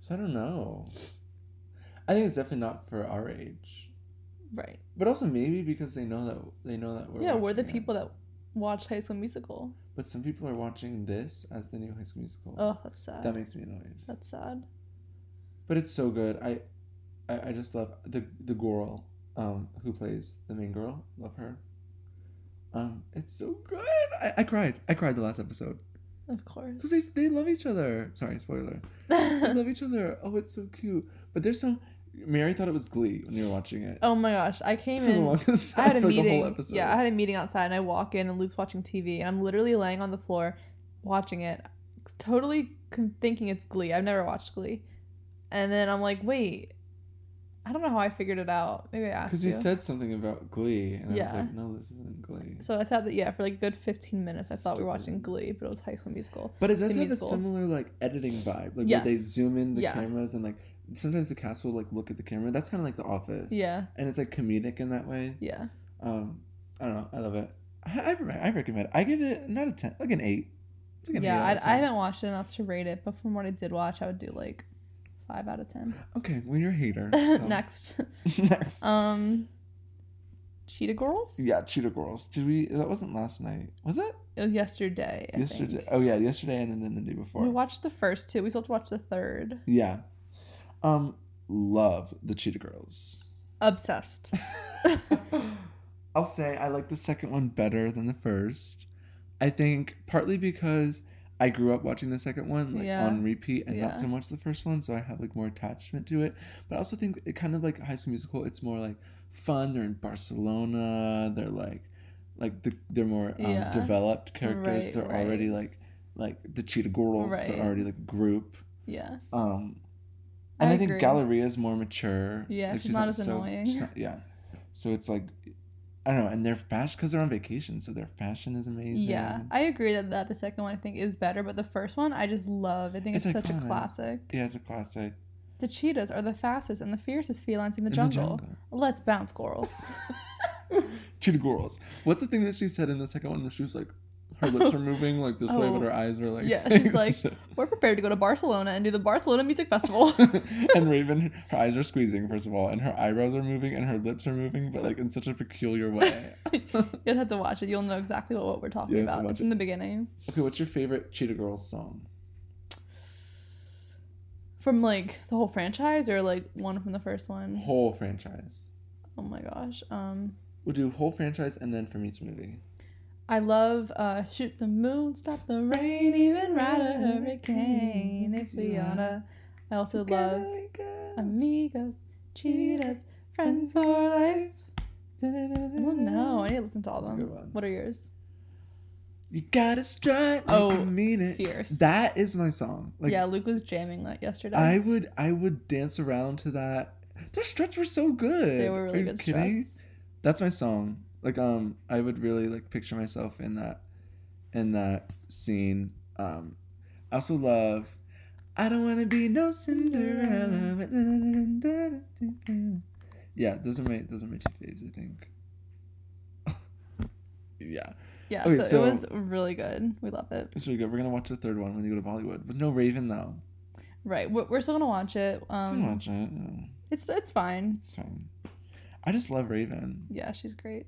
Speaker 1: so i don't know I think it's definitely not for our age,
Speaker 2: Right.
Speaker 1: but also maybe because they know that they know that we're
Speaker 2: yeah, we're the
Speaker 1: watching it.
Speaker 2: people that watched High School Musical.
Speaker 1: But some people are watching this as the new High School Musical.
Speaker 2: Oh, that's sad.
Speaker 1: That makes me annoyed.
Speaker 2: that's sad.
Speaker 1: But it's so good. I, I, I just love the the girl, um, who plays the main girl. Love her. Um, it's so good. I, I cried. I cried the last episode
Speaker 2: Of course.
Speaker 1: because they they love each other. Sorry, spoiler. They love each other. Oh, it's so cute. But there's some. Mary thought it was Glee when you were watching it.
Speaker 2: oh my gosh, I came
Speaker 1: for the
Speaker 2: in.
Speaker 1: longest
Speaker 2: I
Speaker 1: time,
Speaker 2: had a
Speaker 1: for like
Speaker 2: meeting.
Speaker 1: the whole episode.
Speaker 2: yeah, I had a meeting outside, and I walk in, and Luke's watching TV, and I'm literally laying on the floor watching it, totally con- thinking it's Glee. I've never watched Glee, and then I'm like, wait, I don't know how I figured it out. Maybe I asked
Speaker 1: because you
Speaker 2: you.
Speaker 1: said something about Glee, and I was
Speaker 2: Yeah.
Speaker 1: like, no, this isn't Glee.
Speaker 2: so I thought that yeah, for like a good 15 minutes, I thought we were watching
Speaker 1: Stupid.
Speaker 2: Glee, but it was High School Musical.
Speaker 1: But it does
Speaker 2: the
Speaker 1: have
Speaker 2: musical.
Speaker 1: a similar like editing vibe, like
Speaker 2: Yes.
Speaker 1: where they zoom in the
Speaker 2: Yeah.
Speaker 1: cameras and like sometimes the cast will like look at the camera. That's kind of like The Office.
Speaker 2: Yeah,
Speaker 1: and it's like comedic in that way.
Speaker 2: yeah.
Speaker 1: Um, I don't know. I love it. I I, re- I recommend. It. I give it not a ten, like an eight. It's like an
Speaker 2: Yeah,
Speaker 1: eight out of
Speaker 2: I, I
Speaker 1: 10.
Speaker 2: haven't watched it enough to rate it, but from what I did watch, I would do like five out of ten.
Speaker 1: Okay, when you're a hater. so-
Speaker 2: Next,
Speaker 1: Next.
Speaker 2: um, Cheetah Girls.
Speaker 1: yeah, Cheetah Girls. Did we? That wasn't last night, was it?
Speaker 2: it was yesterday. I
Speaker 1: yesterday.
Speaker 2: think.
Speaker 1: Oh yeah, yesterday and then, then the day before.
Speaker 2: we watched the first two. We still have to watch the third.
Speaker 1: yeah. Um, love the Cheetah Girls.
Speaker 2: Obsessed.
Speaker 1: I'll say I like the second one better than the first. I think partly because I grew up watching the second one like
Speaker 2: Yeah.
Speaker 1: on repeat and
Speaker 2: Yeah.
Speaker 1: not so much the first one, so I have like more attachment to it. But I also think it kind of like High School Musical. It's more like fun. They're in Barcelona. They're like like the, they're more um,
Speaker 2: Yeah.
Speaker 1: developed characters.
Speaker 2: Right,
Speaker 1: they're
Speaker 2: right.
Speaker 1: already like like the Cheetah Girls.
Speaker 2: Right.
Speaker 1: They're already like a group.
Speaker 2: Yeah.
Speaker 1: Um, and I, think
Speaker 2: agree.
Speaker 1: Galleria is more mature.
Speaker 2: Yeah, she's not as
Speaker 1: so-
Speaker 2: annoying.
Speaker 1: she's not- yeah, so it's like I don't know, and their fashion because they're on vacation, so their fashion is amazing.
Speaker 2: Yeah, I agree that, that the second one I think is better, but the first one I just love. I think it's,
Speaker 1: It's
Speaker 2: such a
Speaker 1: iconic.
Speaker 2: classic.
Speaker 1: yeah, it's a classic.
Speaker 2: The cheetahs are the fastest and the fiercest felines in the
Speaker 1: In
Speaker 2: jungle. Let's bounce, girls.
Speaker 1: jungle. Cheetah girls. What's the thing that she said in the second one where she was like, her lips were moving like this way, but
Speaker 2: Oh.
Speaker 1: her eyes were like,
Speaker 2: Yeah, she's like- We're prepared to go to Barcelona and do the Barcelona Music Festival.
Speaker 1: and Raven, her eyes are squeezing first of all, and her eyebrows are moving, and her lips are moving, but like in such a peculiar way.
Speaker 2: You'll have to watch it. You'll know exactly what, what we're talking
Speaker 1: You have to
Speaker 2: about.
Speaker 1: watch
Speaker 2: It's in the beginning.
Speaker 1: okay, what's your favorite Cheetah Girls song?
Speaker 2: From like the whole franchise or like one from the first one?
Speaker 1: Whole franchise.
Speaker 2: Oh my gosh. Um
Speaker 1: We'll do whole franchise and then from each movie.
Speaker 2: I love uh shoot the moon, stop the rain, even ride a hurricane if we oughta. I also love amigos, cheetahs, friends for life. I don't know. I need to listen to all
Speaker 1: That's a
Speaker 2: them.
Speaker 1: good one.
Speaker 2: What are yours?
Speaker 1: You gotta strut.
Speaker 2: Oh,
Speaker 1: Oh, you can mean it.
Speaker 2: fierce.
Speaker 1: That is my song. Like,
Speaker 2: yeah, Luke was jamming that yesterday.
Speaker 1: I would, I would dance around to that. Their struts were so good.
Speaker 2: they were really
Speaker 1: Are you
Speaker 2: good
Speaker 1: kidding?
Speaker 2: struts.
Speaker 1: That's my song. Like, um, I would really like picture myself in that, in that scene. Um, I also love. I don't wanna be no Cinderella. Yeah, those are my those are my two faves. I think. yeah,
Speaker 2: Yeah,
Speaker 1: Okay,
Speaker 2: so,
Speaker 1: so-
Speaker 2: it was really good. We love it.
Speaker 1: it's really good. We're gonna watch the third one when they go to Bollywood, but no Raven though.
Speaker 2: Right, we're, we're still gonna watch it.
Speaker 1: So
Speaker 2: Um,
Speaker 1: watch it. yeah,
Speaker 2: it's it's fine.
Speaker 1: It's fine. I just love Raven.
Speaker 2: Yeah, she's great.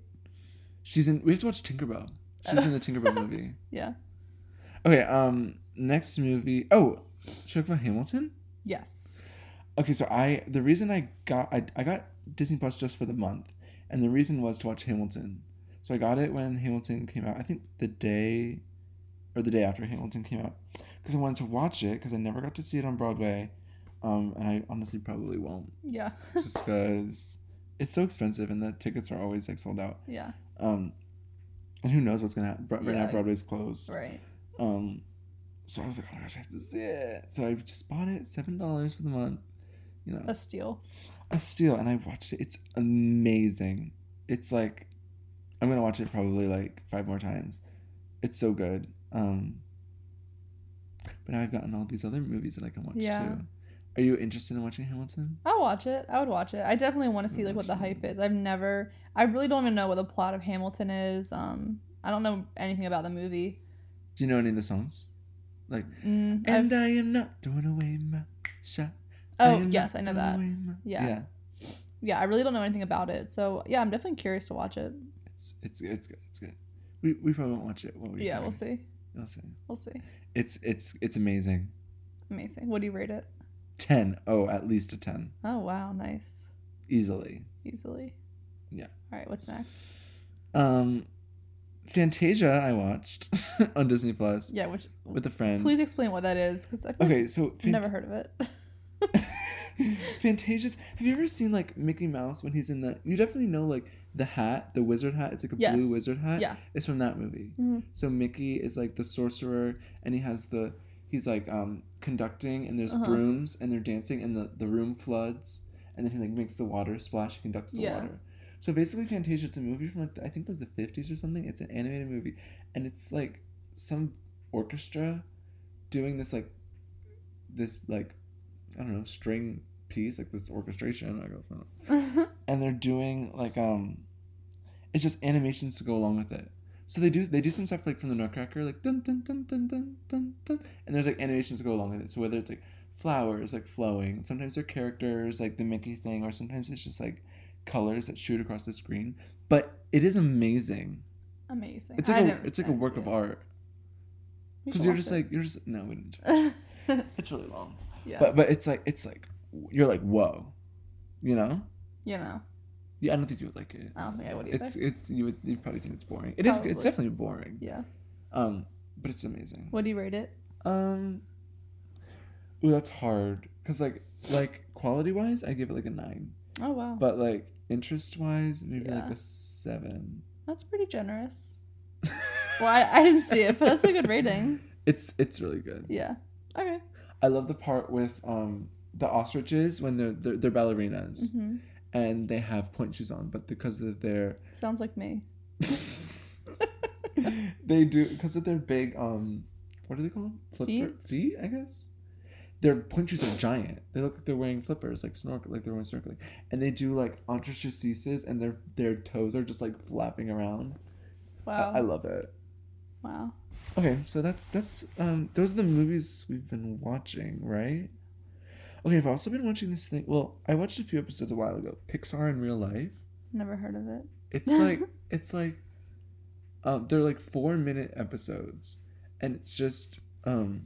Speaker 1: She's in. We have to watch Tinkerbell. She's in the Tinkerbell movie.
Speaker 2: Yeah.
Speaker 1: Okay. Um. Next movie. Oh, should we talk about Hamilton?
Speaker 2: Yes.
Speaker 1: okay so i the reason i got I, I got disney plus just for the month and the reason was to watch hamilton so i got it when hamilton came out i think the day or the day after hamilton came out because i wanted to watch it because i never got to see it on broadway um, and i honestly probably won't
Speaker 2: Yeah.
Speaker 1: just because it's so expensive and the tickets are always like sold out
Speaker 2: Yeah.
Speaker 1: um, and who knows what's gonna happen right
Speaker 2: Yeah,
Speaker 1: now broadway's closed
Speaker 2: Right.
Speaker 1: um, so I was like, oh my gosh, I have to see it. So I just bought it, seven dollars for the month. You know,
Speaker 2: A steal.
Speaker 1: a steal, and I watched it. It's amazing. It's like, I'm gonna watch it probably like five more times. It's so good. Um, but now I've gotten all these other movies that I can watch
Speaker 2: Yeah.
Speaker 1: too. Are you interested in watching Hamilton?
Speaker 2: I'll watch it. I would watch it. I definitely want to see like what the hype is. I've never. I really don't even know what the plot of Hamilton is. Um, I don't know anything about the movie.
Speaker 1: Do you know any of the songs? Like,
Speaker 2: Mm, I've-
Speaker 1: and I am not throwing away my shot.
Speaker 2: Oh,
Speaker 1: am
Speaker 2: yes, I know that.
Speaker 1: going-
Speaker 2: Yeah.
Speaker 1: yeah.
Speaker 2: Yeah, I really don't know anything about it. So yeah, I'm definitely curious to watch it.
Speaker 1: It's it's it's good. It's good. We, we probably won't watch it. While we
Speaker 2: Yeah, we'll see.
Speaker 1: We'll see.
Speaker 2: We'll see.
Speaker 1: It's it's it's amazing.
Speaker 2: Amazing. What do you rate it?
Speaker 1: Ten. Oh, at least a ten,
Speaker 2: Oh wow, nice.
Speaker 1: easily.
Speaker 2: Easily.
Speaker 1: Yeah.
Speaker 2: All right, what's next?
Speaker 1: Um, Fantasia I watched on Disney Plus
Speaker 2: Yeah, which
Speaker 1: with a friend.
Speaker 2: please explain what that is because I've
Speaker 1: Okay, so Fan-
Speaker 2: never heard of it.
Speaker 1: Fantasia's. Have you ever seen like Mickey Mouse when he's in the? You definitely know like the hat, the wizard hat. It's like a
Speaker 2: Yes.
Speaker 1: blue wizard hat.
Speaker 2: yeah.
Speaker 1: It's from that movie.
Speaker 2: Mhm.
Speaker 1: So Mickey is like the sorcerer, and he has the he's like um conducting, and there's
Speaker 2: Uh-huh.
Speaker 1: brooms, and they're dancing, and the the room floods, and then he like makes the water splash, he conducts the
Speaker 2: Yeah.
Speaker 1: water. So basically, Fantasia. It's a movie from like the, I think like the fifties or something. It's an animated movie, and it's like some orchestra doing this like this like I don't know string piece like this orchestration. I don't know and they're doing like um it's just animations to go along with it so they do they do some stuff like from the nutcracker like dun dun dun dun dun dun dun and there's like animations to go along with it so whether it's like flowers like flowing sometimes they're characters like the mickey thing or sometimes it's just like colors that shoot across the screen but it is amazing
Speaker 2: Amazing.
Speaker 1: it's
Speaker 2: I
Speaker 1: like a,
Speaker 2: never
Speaker 1: it's like a
Speaker 2: seen
Speaker 1: work
Speaker 2: it.
Speaker 1: of art
Speaker 2: We
Speaker 1: because
Speaker 2: should
Speaker 1: you're
Speaker 2: watch
Speaker 1: just
Speaker 2: it.
Speaker 1: like you're just no we didn't it's really long
Speaker 2: yeah.
Speaker 1: but but it's like it's like you're like whoa you know
Speaker 2: you know,
Speaker 1: yeah i don't think you would like it
Speaker 2: I don't think I would either.
Speaker 1: it's it's you would you probably think it's boring. It is
Speaker 2: Probably.
Speaker 1: it's definitely boring.
Speaker 2: yeah.
Speaker 1: Um, but it's amazing.
Speaker 2: What do you rate it?
Speaker 1: Um, ooh, that's hard because like like quality wise, I give it like a nine,
Speaker 2: Oh wow,
Speaker 1: but like interest wise, maybe like
Speaker 2: Yeah.
Speaker 1: a seven.
Speaker 2: that's pretty generous. Well, I, I didn't see it, but that's a good rating.
Speaker 1: It's it's really good.
Speaker 2: Yeah. Okay.
Speaker 1: I love the part with um the ostriches when they're they're, they're ballerinas
Speaker 2: hmm
Speaker 1: and they have point shoes on, but because of their
Speaker 2: Sounds like me.
Speaker 1: they do because of their big um what are they called flipper feet, i guess their point shoes are giant they look like they're wearing flippers like snorkel like they're wearing snorkeling and they do like entrechaises and their their toes are just like flapping around
Speaker 2: Wow.
Speaker 1: I, I love it
Speaker 2: wow.
Speaker 1: okay so that's that's um those are the movies we've been watching right okay i've also been watching this thing well i watched a few episodes a while ago pixar in real life
Speaker 2: Never heard of it.
Speaker 1: it's like it's like um they're like four minute episodes and it's just um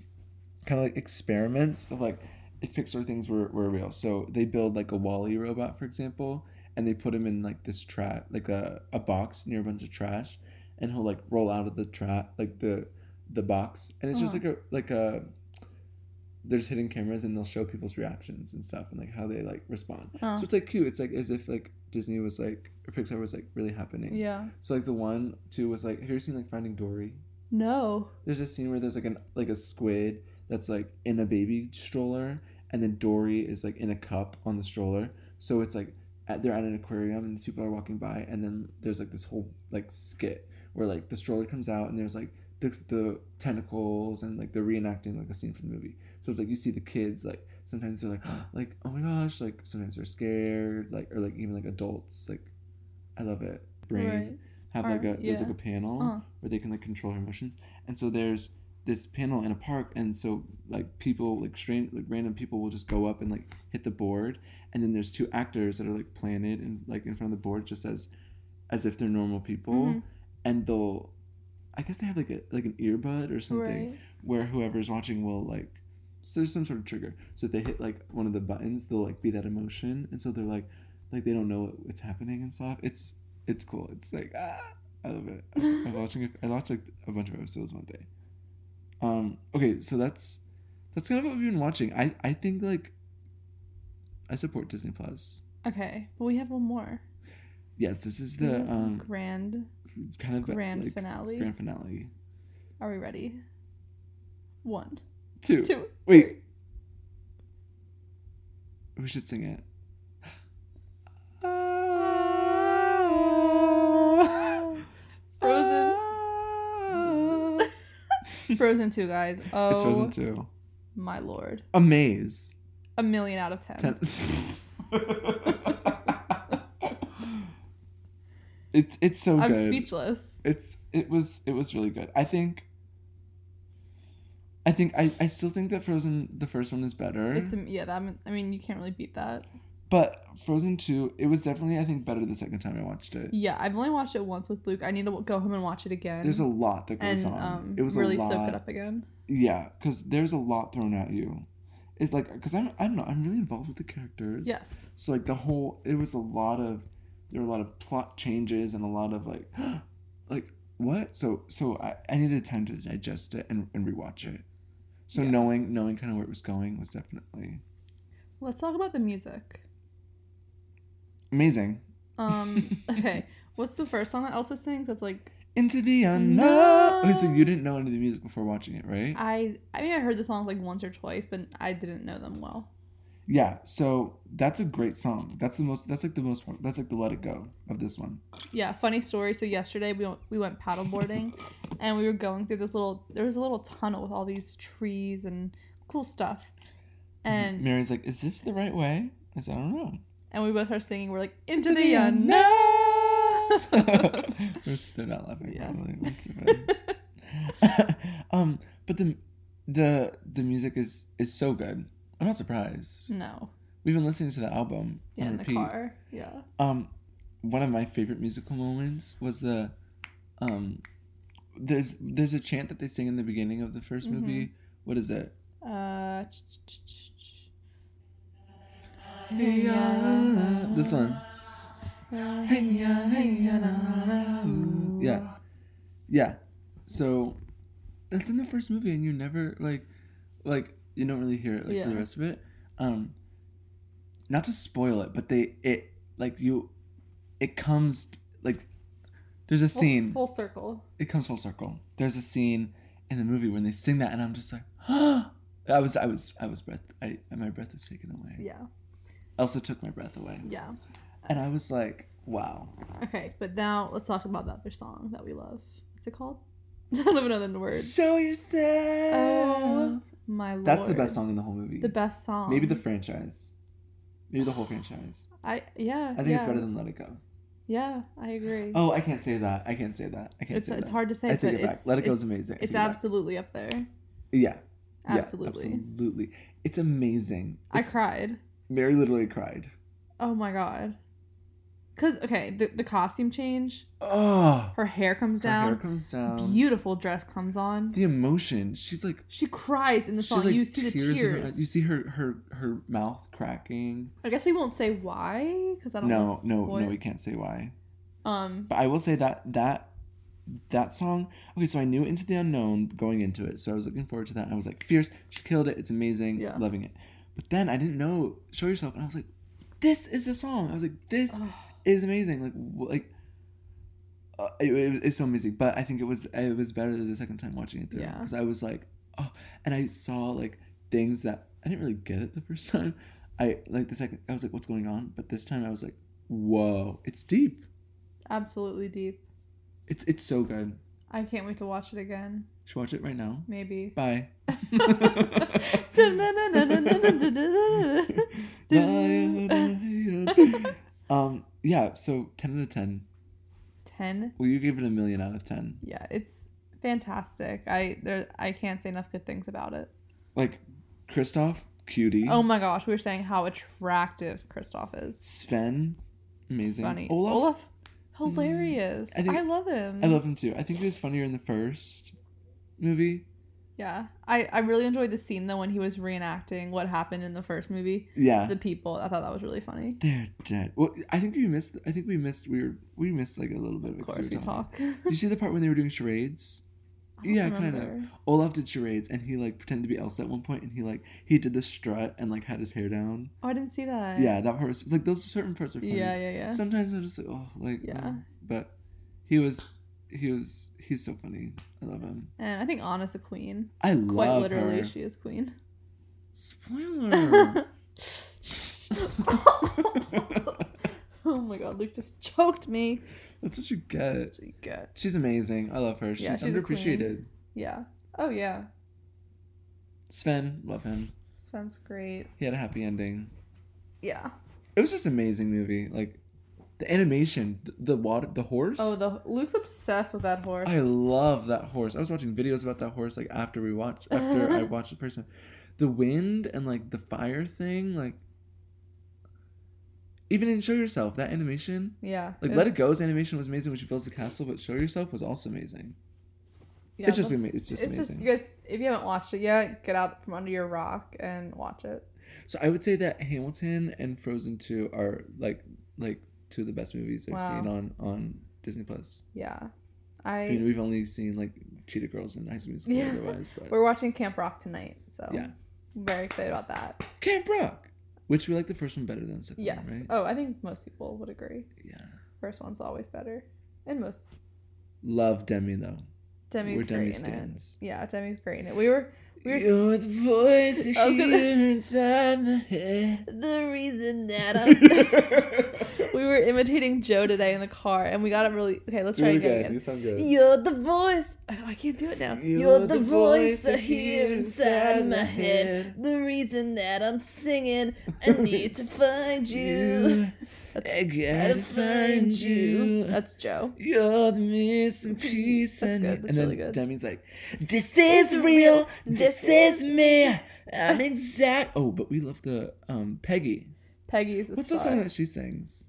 Speaker 1: kind of like experiments of like if Pixar things were, were real. So they build like a Wally robot, for example, and they put him in like this trap like a, a box near a bunch of trash and he'll like roll out of the trap like the the box and it's just like
Speaker 2: Uh-huh.
Speaker 1: a like a there's hidden cameras and they'll show people's reactions and stuff and like how they like respond.
Speaker 2: Oh.
Speaker 1: So it's like cute. It's like as if like Disney was like or Pixar was like really happening.
Speaker 2: yeah.
Speaker 1: So like the one too was like have you ever seen like Finding Dory?
Speaker 2: No.
Speaker 1: There's a scene where there's like an like a squid that's like in a baby stroller and then Dory is like in a cup on the stroller. So it's like at, they're at an aquarium and these people are walking by and then there's like this whole like skit where like the stroller comes out and there's like the, the tentacles and like they're reenacting like a scene from the movie. So it's like you see the kids like sometimes they're like like oh my gosh like sometimes they're scared like or like even like adults like I love it. Brain
Speaker 2: Right.
Speaker 1: have
Speaker 2: Or-
Speaker 1: like a there's like a
Speaker 2: yeah.
Speaker 1: panel
Speaker 2: Uh-huh.
Speaker 1: where they can like control your emotions. And so there's this panel in a park, and so like people like strain like random people will just go up and like hit the board, and then there's two actors that are like planted and like in front of the board just as as if they're normal people,
Speaker 2: Mhm.
Speaker 1: and they'll I guess they have like a like an earbud or something
Speaker 2: Right.
Speaker 1: where whoever's watching will like so there's some sort of trigger. So if they hit like one of the buttons, they'll like be that emotion, and so they're like like they don't know what's happening and stuff. It's it's cool. It's like ah, I love it. I was, I was watching. a- I watched like a bunch of episodes one day. Um. Okay. So that's that's kind of what we've been watching. I I think like I support Disney Plus.
Speaker 2: Okay, but we have one more.
Speaker 1: Yes, this is
Speaker 2: We
Speaker 1: the
Speaker 2: have some
Speaker 1: um
Speaker 2: grand
Speaker 1: kind of
Speaker 2: grand
Speaker 1: like,
Speaker 2: finale.
Speaker 1: grand finale.
Speaker 2: Are we ready? One,
Speaker 1: Two.
Speaker 2: two.
Speaker 1: Wait. We should sing it.
Speaker 2: Frozen. Frozen two, guys. Oh
Speaker 1: It's Frozen too.
Speaker 2: my lord,
Speaker 1: A maze.
Speaker 2: a million out of ten.
Speaker 1: Ten- it's it's so
Speaker 2: I'm
Speaker 1: good.
Speaker 2: speechless.
Speaker 1: It's it was it was really good. I think I think I, I still think that Frozen the first one is better.
Speaker 2: It's am- yeah, that I mean you can't really beat that.
Speaker 1: but Frozen two, it was definitely I think better the second time I watched it.
Speaker 2: Yeah, I've only watched it once with Luke. I need to w- go home and watch it again.
Speaker 1: There's a lot that goes
Speaker 2: and
Speaker 1: on.
Speaker 2: um,
Speaker 1: it was
Speaker 2: really
Speaker 1: a lot.
Speaker 2: soak it up again.
Speaker 1: Yeah, because there's a lot thrown at you. It's like because I'm I don't know I'm really involved with the characters.
Speaker 2: Yes.
Speaker 1: So like the whole it was a lot of there were a lot of plot changes and a lot of like like what so so I, I needed time to digest it and, and rewatch it. So
Speaker 2: Yeah.
Speaker 1: knowing knowing kind of where it was going was definitely
Speaker 2: Let's talk about the music.
Speaker 1: amazing.
Speaker 2: Um, okay, what's the first song that Elsa sings? That's like
Speaker 1: Into the unknown. Okay, so
Speaker 2: No.
Speaker 1: you didn't know any of the music before watching it, right?
Speaker 2: I I mean I heard the songs like once or twice, but I didn't know them well.
Speaker 1: yeah. So that's a great song. That's the most. That's like the most. one. That's like the Let It Go of this one.
Speaker 2: Yeah, funny story. So yesterday we went- we went paddleboarding, and we were going through this little. There was a little tunnel with all these trees and cool stuff,
Speaker 1: Mm-hmm.
Speaker 2: and
Speaker 1: Mary's like, "Is this the right way?" I said, "I don't know."
Speaker 2: and we both are singing. We're like into the unknown.
Speaker 1: unknown. We're s- they're not laughing.
Speaker 2: Yeah.
Speaker 1: Probably. We're stupid. um, but the the the music is is so good. I'm not surprised.
Speaker 2: No,
Speaker 1: We've been listening to the album
Speaker 2: Mm. yeah,
Speaker 1: on
Speaker 2: in
Speaker 1: repeat.
Speaker 2: the car. Yeah,
Speaker 1: Um, one of my favorite musical moments was the um. There's there's a chant that they sing in the beginning of the 1st
Speaker 2: Mhm.
Speaker 1: movie. What is it?
Speaker 2: uh, ch- ch- ch- ch- ch-
Speaker 1: Hey, ya, la, la. This one. Hey, ya, hey, ya, la, la, ooh. Yeah. Yeah. So it's in the first movie and you never like like you don't really hear it like for the
Speaker 2: Yeah.
Speaker 1: rest of it. Um not to spoil it, but they it like you it comes like there's a
Speaker 2: Full-
Speaker 1: scene
Speaker 2: full circle.
Speaker 1: it comes full circle. There's a scene in the movie when they sing that and I'm just like I was I was I was breath I my breath was taken away.
Speaker 2: Yeah,
Speaker 1: Elsa took my breath away.
Speaker 2: yeah.
Speaker 1: And I was like, wow.
Speaker 2: Okay, but now let's talk about the other song that we love. What's it called? I don't even know the word.
Speaker 1: Show yourself.
Speaker 2: Oh my lord.
Speaker 1: That's the best song in the whole movie.
Speaker 2: The best song.
Speaker 1: Maybe the franchise. Maybe the whole franchise.
Speaker 2: I yeah.
Speaker 1: I think
Speaker 2: yeah,
Speaker 1: it's better than Let It Go.
Speaker 2: Yeah, I agree.
Speaker 1: Oh, I can't say that. I can't say that. I can't
Speaker 2: it's
Speaker 1: say
Speaker 2: it's
Speaker 1: that.
Speaker 2: hard to say.
Speaker 1: I take
Speaker 2: but
Speaker 1: it back.
Speaker 2: It's,
Speaker 1: Let It Go is
Speaker 2: it's-
Speaker 1: amazing. I
Speaker 2: It's
Speaker 1: take it back.
Speaker 2: absolutely up there.
Speaker 1: Yeah. yeah,
Speaker 2: Absolutely.
Speaker 1: absolutely. It's amazing.
Speaker 2: I
Speaker 1: It's-
Speaker 2: cried.
Speaker 1: Mary literally cried.
Speaker 2: Oh my god. Cause okay, the, the costume change.
Speaker 1: Oh.
Speaker 2: Her hair comes
Speaker 1: Her hair
Speaker 2: down.
Speaker 1: comes down.
Speaker 2: Beautiful dress comes on.
Speaker 1: The emotion. She's like.
Speaker 2: She cries in the
Speaker 1: She's
Speaker 2: song.
Speaker 1: like
Speaker 2: you see the
Speaker 1: in her
Speaker 2: tears.
Speaker 1: eyes. You see her her her mouth cracking.
Speaker 2: I guess we won't say why, because I don't.
Speaker 1: No,
Speaker 2: wanna
Speaker 1: no, no.
Speaker 2: spoil-
Speaker 1: We can't say why.
Speaker 2: Um.
Speaker 1: But I will say that that that song. Okay, so I knew Into the Unknown going into it, so I was looking forward to that. I was like, fierce. She killed it. It's amazing.
Speaker 2: Yeah.
Speaker 1: Loving it. But then I didn't know Show Yourself, and I was like, this is the song. I was like, this
Speaker 2: ugh.
Speaker 1: is amazing. Like, w- like. Uh, it, it- it's so amazing, but I think it was it was better the second time watching it through
Speaker 2: Yeah.
Speaker 1: because I was like, oh, and I saw like things that I didn't really get it the first time. I like the second I was like, what's going on? But this time I was like, whoa, it's deep.
Speaker 2: Absolutely deep.
Speaker 1: It's it's so good.
Speaker 2: I can't wait to watch it again.
Speaker 1: Should watch it right now.
Speaker 2: Maybe.
Speaker 1: Bye. um. Yeah. So ten out of ten.
Speaker 2: 10.
Speaker 1: Well, you gave it a million out of ten.
Speaker 2: Yeah, it's fantastic. I there I can't say enough good things about it.
Speaker 1: Like, Kristoff, cutie.
Speaker 2: Oh my gosh, we were saying how attractive Kristoff is.
Speaker 1: Sven, amazing.
Speaker 2: Funny.
Speaker 1: Olaf, Mm.
Speaker 2: Olaf hilarious.
Speaker 1: I
Speaker 2: I,
Speaker 1: think-
Speaker 2: love him.
Speaker 1: I love him too. I think he was funnier in the first movie.
Speaker 2: Yeah. I I really enjoyed the scene though when he was reenacting what happened in the first movie
Speaker 1: Yeah.
Speaker 2: to the people. I thought that was really funny.
Speaker 1: They're dead. Well, I think we missed. I think we missed. We were. We missed like a little bit of.
Speaker 2: Of
Speaker 1: it 'cause
Speaker 2: course,
Speaker 1: were
Speaker 2: we
Speaker 1: talking.
Speaker 2: talk.
Speaker 1: Did you see the part when they were doing charades? Yeah, kind of. Olaf did charades and he like pretended to be Elsa at one point and he like he did the strut and like had his hair down.
Speaker 2: Oh, I didn't see that.
Speaker 1: yeah, that part was like those certain parts are funny.
Speaker 2: Yeah, yeah, yeah.
Speaker 1: Sometimes I'm just like oh like
Speaker 2: Yeah.
Speaker 1: um, but he was he was he's so funny. I love him.
Speaker 2: and I think Anna's a queen.
Speaker 1: I
Speaker 2: Quite
Speaker 1: love
Speaker 2: literally,
Speaker 1: her.
Speaker 2: she is queen. Hmm.
Speaker 1: Spoiler.
Speaker 2: oh my god, Luke just choked me.
Speaker 1: That's what you get.
Speaker 2: That's what you get.
Speaker 1: She's amazing. I love her. She's,
Speaker 2: Yeah, she's a queen.
Speaker 1: underappreciated.
Speaker 2: Yeah. Oh yeah.
Speaker 1: Sven, love him.
Speaker 2: Sven's great.
Speaker 1: He had a happy ending.
Speaker 2: Yeah.
Speaker 1: It was just an amazing movie. Like the animation, the, the water, the horse.
Speaker 2: Oh, the Luke's obsessed with that horse.
Speaker 1: I love that horse. I was watching videos about that horse like after we watched after I watched the first time. The wind and like the fire thing, like even in Show Yourself, that animation.
Speaker 2: yeah.
Speaker 1: Like Let It
Speaker 2: it's-
Speaker 1: Go's animation was amazing when she builds the castle, but Show Yourself was also amazing.
Speaker 2: yeah,
Speaker 1: it's just
Speaker 2: the-
Speaker 1: ama- it's just
Speaker 2: it's
Speaker 1: amazing.
Speaker 2: just you guys. If you haven't watched it yet, get out from under your rock and watch it.
Speaker 1: so I would say that Hamilton and Frozen 2 are like like two of the best movies I've
Speaker 2: Wow.
Speaker 1: seen on on Disney Plus.
Speaker 2: Yeah,
Speaker 1: I mean,
Speaker 2: I.
Speaker 1: we've only seen like Cheetah Girls and High School Musical
Speaker 2: Yeah.
Speaker 1: otherwise, but
Speaker 2: We're watching Camp Rock tonight, so
Speaker 1: Yeah.
Speaker 2: I'm very excited about that.
Speaker 1: Camp Rock, which we like the first one better than the second
Speaker 2: Yes.
Speaker 1: one, right?
Speaker 2: Oh, I think most people would agree.
Speaker 1: Yeah.
Speaker 2: First one's always better, and most
Speaker 1: Love Demi though.
Speaker 2: Demi's
Speaker 1: Where
Speaker 2: great
Speaker 1: Demi
Speaker 2: in
Speaker 1: stands.
Speaker 2: it. Yeah, Demi's great in it. We were we were
Speaker 1: You're the voice
Speaker 2: I was gonna-
Speaker 1: here inside my head.
Speaker 2: the reason that I'm. we were imitating Joe today in the car, and we got it really. Okay, let's try
Speaker 1: Really
Speaker 2: it again.
Speaker 1: good. You sound good.
Speaker 2: You're the voice. Oh, I can't do it now. You're, the, voice I hear inside my head. The reason that I'm singing, I need to find you.
Speaker 1: I
Speaker 2: Gotta
Speaker 1: gotta
Speaker 2: find you. That's Joe.
Speaker 1: You're the missing piece.
Speaker 2: That's
Speaker 1: I
Speaker 2: good.
Speaker 1: need-
Speaker 2: That's
Speaker 1: and then
Speaker 2: really good.
Speaker 1: Demi's like, "This is real. This is me. I'm exact." Oh, but we love the um Peggy.
Speaker 2: Peggy's the
Speaker 1: What's the
Speaker 2: star.
Speaker 1: song that she sings?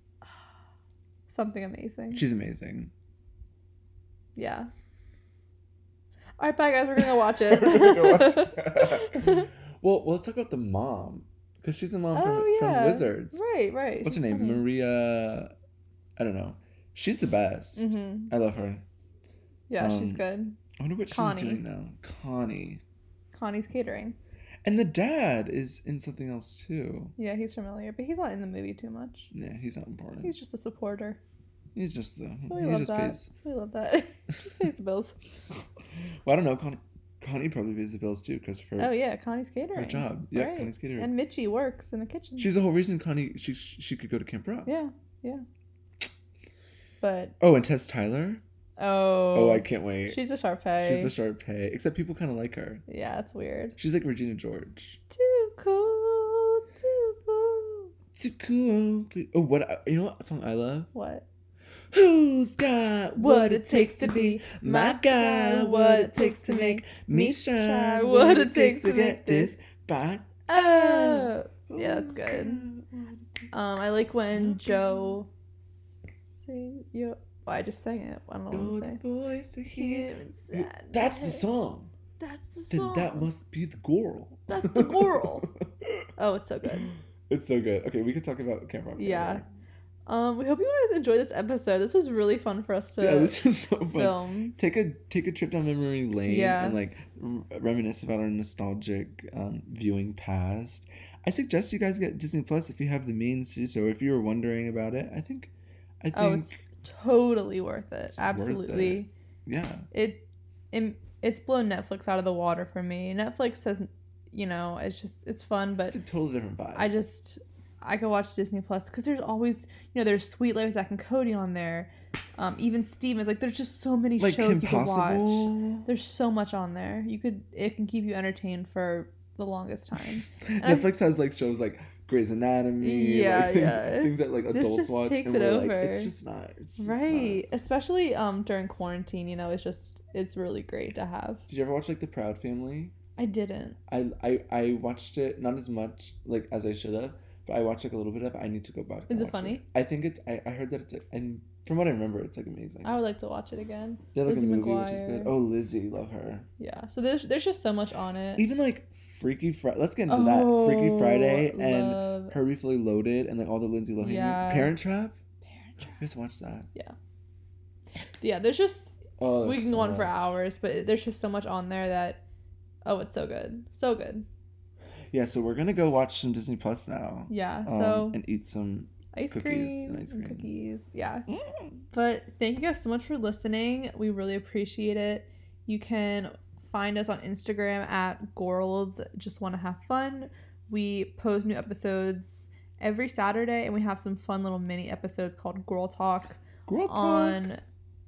Speaker 2: Something amazing.
Speaker 1: She's amazing.
Speaker 2: Yeah. All right, bye guys. We're gonna watch it.
Speaker 1: We're gonna watch it. well, well, let's talk about the mom because she's the mom from,
Speaker 2: Oh, yeah.
Speaker 1: from Wizards.
Speaker 2: right, right.
Speaker 1: What's her name? Maria. I don't know. She's the best.
Speaker 2: Mm-hmm.
Speaker 1: I love her.
Speaker 2: Yeah, she's
Speaker 1: Um,
Speaker 2: good.
Speaker 1: I wonder what
Speaker 2: Connie.
Speaker 1: she's doing now. Connie.
Speaker 2: Connie's catering.
Speaker 1: And the dad is in something else too.
Speaker 2: Yeah, he's familiar, but he's not in the movie too much.
Speaker 1: Yeah, he's not important.
Speaker 2: He's
Speaker 1: He's,
Speaker 2: just a supporter.
Speaker 1: just the.
Speaker 2: Oh, we
Speaker 1: he
Speaker 2: love
Speaker 1: just
Speaker 2: that.
Speaker 1: pays.
Speaker 2: We love that. just pays the bills.
Speaker 1: Well, I don't know. Con- Connie probably pays the bills too because of her,
Speaker 2: Oh yeah, Connie's catering.
Speaker 1: her job. Yeah,
Speaker 2: Right.
Speaker 1: Connie's getting her.
Speaker 2: And Mitchie works in the kitchen.
Speaker 1: She's the whole reason Connie she she could go to Camp Rock.
Speaker 2: yeah, yeah. But
Speaker 1: Oh, and Tess Tyler.
Speaker 2: oh,
Speaker 1: Oh, I can't wait.
Speaker 2: she's a Sharpay.
Speaker 1: She's the Sharpay. Except people kind of like her.
Speaker 2: yeah, it's weird.
Speaker 1: She's like Regina George.
Speaker 2: Too cool, too cool.
Speaker 1: Too cool. for- Oh, what? I- You know what song I love?
Speaker 2: What?
Speaker 1: Who's got what it takes to be my guy? What it takes to make me shine? What it takes to get this by?
Speaker 2: Oh. Yeah, that's
Speaker 1: Who's
Speaker 2: good.
Speaker 1: got what it takes-
Speaker 2: Um, I like when
Speaker 1: Okay.
Speaker 2: Joe sing you. Well, I just sang it. I don't know
Speaker 1: You're
Speaker 2: what
Speaker 1: the
Speaker 2: to say.
Speaker 1: voice I hear
Speaker 2: Here
Speaker 1: You-
Speaker 2: inside
Speaker 1: That's
Speaker 2: my
Speaker 1: the
Speaker 2: head.
Speaker 1: song.
Speaker 2: That's the
Speaker 1: Then
Speaker 2: song.
Speaker 1: that must be the girl.
Speaker 2: That's the girl. oh, it's so good.
Speaker 1: It's so good. Okay, we could talk about Camp Rock.
Speaker 2: Yeah. Um, we hope you guys enjoyed this episode. This was really fun for us to
Speaker 1: Yeah, this is so fun.
Speaker 2: film.
Speaker 1: take a take a trip down memory lane
Speaker 2: Yeah.
Speaker 1: and like r- reminisce about our nostalgic um, viewing past. I suggest you guys get Disney Plus if you have the means to. So if you were wondering about it, I think, I think,
Speaker 2: Oh, it's totally worth it.
Speaker 1: It's worth
Speaker 2: Absolutely.
Speaker 1: yeah,
Speaker 2: It, it it's blown Netflix out of the water for me. Netflix has, you know, it's just it's fun, but
Speaker 1: it's a totally different vibe.
Speaker 2: I just I could watch Disney Plus because there's always you know there's Sweet Life Zach and Cody on there, um, even Stevens. Like there's just so many
Speaker 1: like
Speaker 2: shows
Speaker 1: Kim
Speaker 2: you could watch.
Speaker 1: Possible.
Speaker 2: There's so much on there. You could it can keep you entertained for the longest time. I'm-
Speaker 1: Netflix has like shows like Grey's Anatomy,
Speaker 2: Yeah,
Speaker 1: like things,
Speaker 2: yeah.
Speaker 1: things that like
Speaker 2: This
Speaker 1: adults
Speaker 2: just
Speaker 1: watch,
Speaker 2: takes
Speaker 1: and
Speaker 2: it
Speaker 1: we're
Speaker 2: over.
Speaker 1: like, it's just not, it's just not.
Speaker 2: right, especially um during quarantine. You know, it's just it's really great to have.
Speaker 1: Did you ever watch like The Proud Family?
Speaker 2: I didn't.
Speaker 1: I, I I watched it not as much like as I should have, but I watched like a little bit of. it. I need to go back. and
Speaker 2: Is it
Speaker 1: watch
Speaker 2: funny?
Speaker 1: I think it's. I, I heard that it's like. And from what I remember, it's like amazing.
Speaker 2: I would like to watch it again.
Speaker 1: they have like
Speaker 2: Oh, Lizzie
Speaker 1: a movie which is
Speaker 2: McGuire.
Speaker 1: good. Oh, Lizzie, love her.
Speaker 2: Yeah. So there's there's just so much on it.
Speaker 1: Even like Freaky Friday. Let's get into that.
Speaker 2: Oh,
Speaker 1: Freaky Friday and Herbie Fully Loaded and like all the Lindsay Lohan.
Speaker 2: Yeah.
Speaker 1: Parent Trap.
Speaker 2: Parent
Speaker 1: You have to watch that.
Speaker 2: Yeah, there's just
Speaker 1: Oh,
Speaker 2: we
Speaker 1: there's
Speaker 2: can
Speaker 1: so
Speaker 2: go on for
Speaker 1: much.
Speaker 2: hours, but it- there's just so much on there that oh, it's so good, so good.
Speaker 1: Yeah, so we're gonna go watch some Disney Plus now.
Speaker 2: Yeah.
Speaker 1: um,
Speaker 2: So
Speaker 1: and eat some.
Speaker 2: ice
Speaker 1: cookies
Speaker 2: cream,
Speaker 1: and ice
Speaker 2: and
Speaker 1: cream. Mm.
Speaker 2: cookies. Yeah. But thank you guys so much for listening. We really appreciate it. You can find us on Instagram at Gorls Just Want to Have Fun. We post new episodes every Saturday, and we have some fun little mini episodes called Girl Talk
Speaker 1: Girl talk.
Speaker 2: on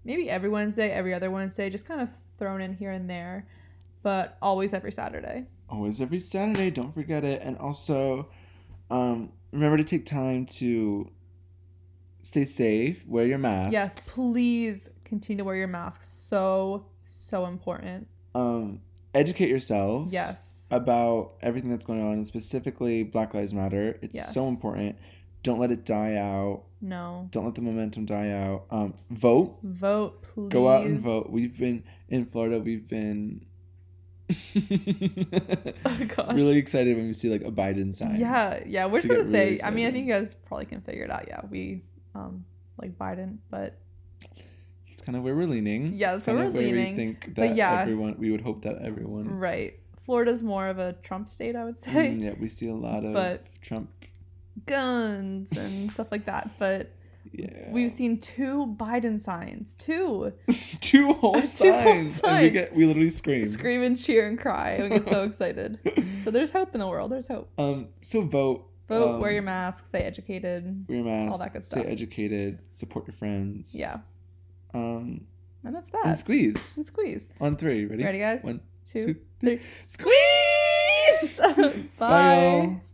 Speaker 2: maybe every Wednesday, every other Wednesday, just kind of thrown in here and there, but always every Saturday.
Speaker 1: always every Saturday. Don't forget it. And also, um, remember to take time to stay safe, wear your mask.
Speaker 2: Yes, please continue to wear your mask. So, so important.
Speaker 1: Um, educate yourselves.
Speaker 2: Yes.
Speaker 1: Uh, About everything that's going on, and specifically Black Lives Matter. It's
Speaker 2: Yes.
Speaker 1: so important. Don't let it die out.
Speaker 2: No.
Speaker 1: Don't let the momentum die out. Um, vote.
Speaker 2: Vote, please.
Speaker 1: Go out and vote. We've been in Florida. We've been
Speaker 2: Oh, gosh.
Speaker 1: really excited when we see like a Biden sign.
Speaker 2: Yeah, yeah. We're
Speaker 1: to
Speaker 2: just gonna
Speaker 1: get
Speaker 2: say.
Speaker 1: really
Speaker 2: I mean, I
Speaker 1: excited.
Speaker 2: think you guys probably can figure it out. Yeah, we um like Biden, but
Speaker 1: it's kind of where we're leaning.
Speaker 2: Yeah, that's
Speaker 1: It's
Speaker 2: where
Speaker 1: kind of
Speaker 2: we're leaning.
Speaker 1: We think
Speaker 2: But
Speaker 1: that
Speaker 2: yeah.
Speaker 1: everyone. We would hope that everyone.
Speaker 2: right. Florida's more of a Trump state, I would say.
Speaker 1: Mm, yeah, we see a lot of
Speaker 2: But-
Speaker 1: Trump.
Speaker 2: Guns and stuff like that. But
Speaker 1: Yeah,
Speaker 2: we've seen two Biden signs, two
Speaker 1: two whole signs.
Speaker 2: Two whole
Speaker 1: And we
Speaker 2: signs.
Speaker 1: get we literally scream.
Speaker 2: scream and cheer and cry and we get so excited. So there's hope in the world. There's hope.
Speaker 1: um. So vote.
Speaker 2: Vote,
Speaker 1: um,
Speaker 2: wear your mask, stay educated.
Speaker 1: Wear your mask.
Speaker 2: all that good
Speaker 1: Stay
Speaker 2: stuff.
Speaker 1: educated. Support your friends.
Speaker 2: Yeah,
Speaker 1: Um.
Speaker 2: and that's that.
Speaker 1: And squeeze
Speaker 2: And squeeze.
Speaker 1: on three. Ready?
Speaker 2: Ready, guys?
Speaker 1: One,
Speaker 2: Two,
Speaker 1: two,
Speaker 2: three.
Speaker 1: three. Squeeze.
Speaker 2: Bye.
Speaker 1: Bye. y'all.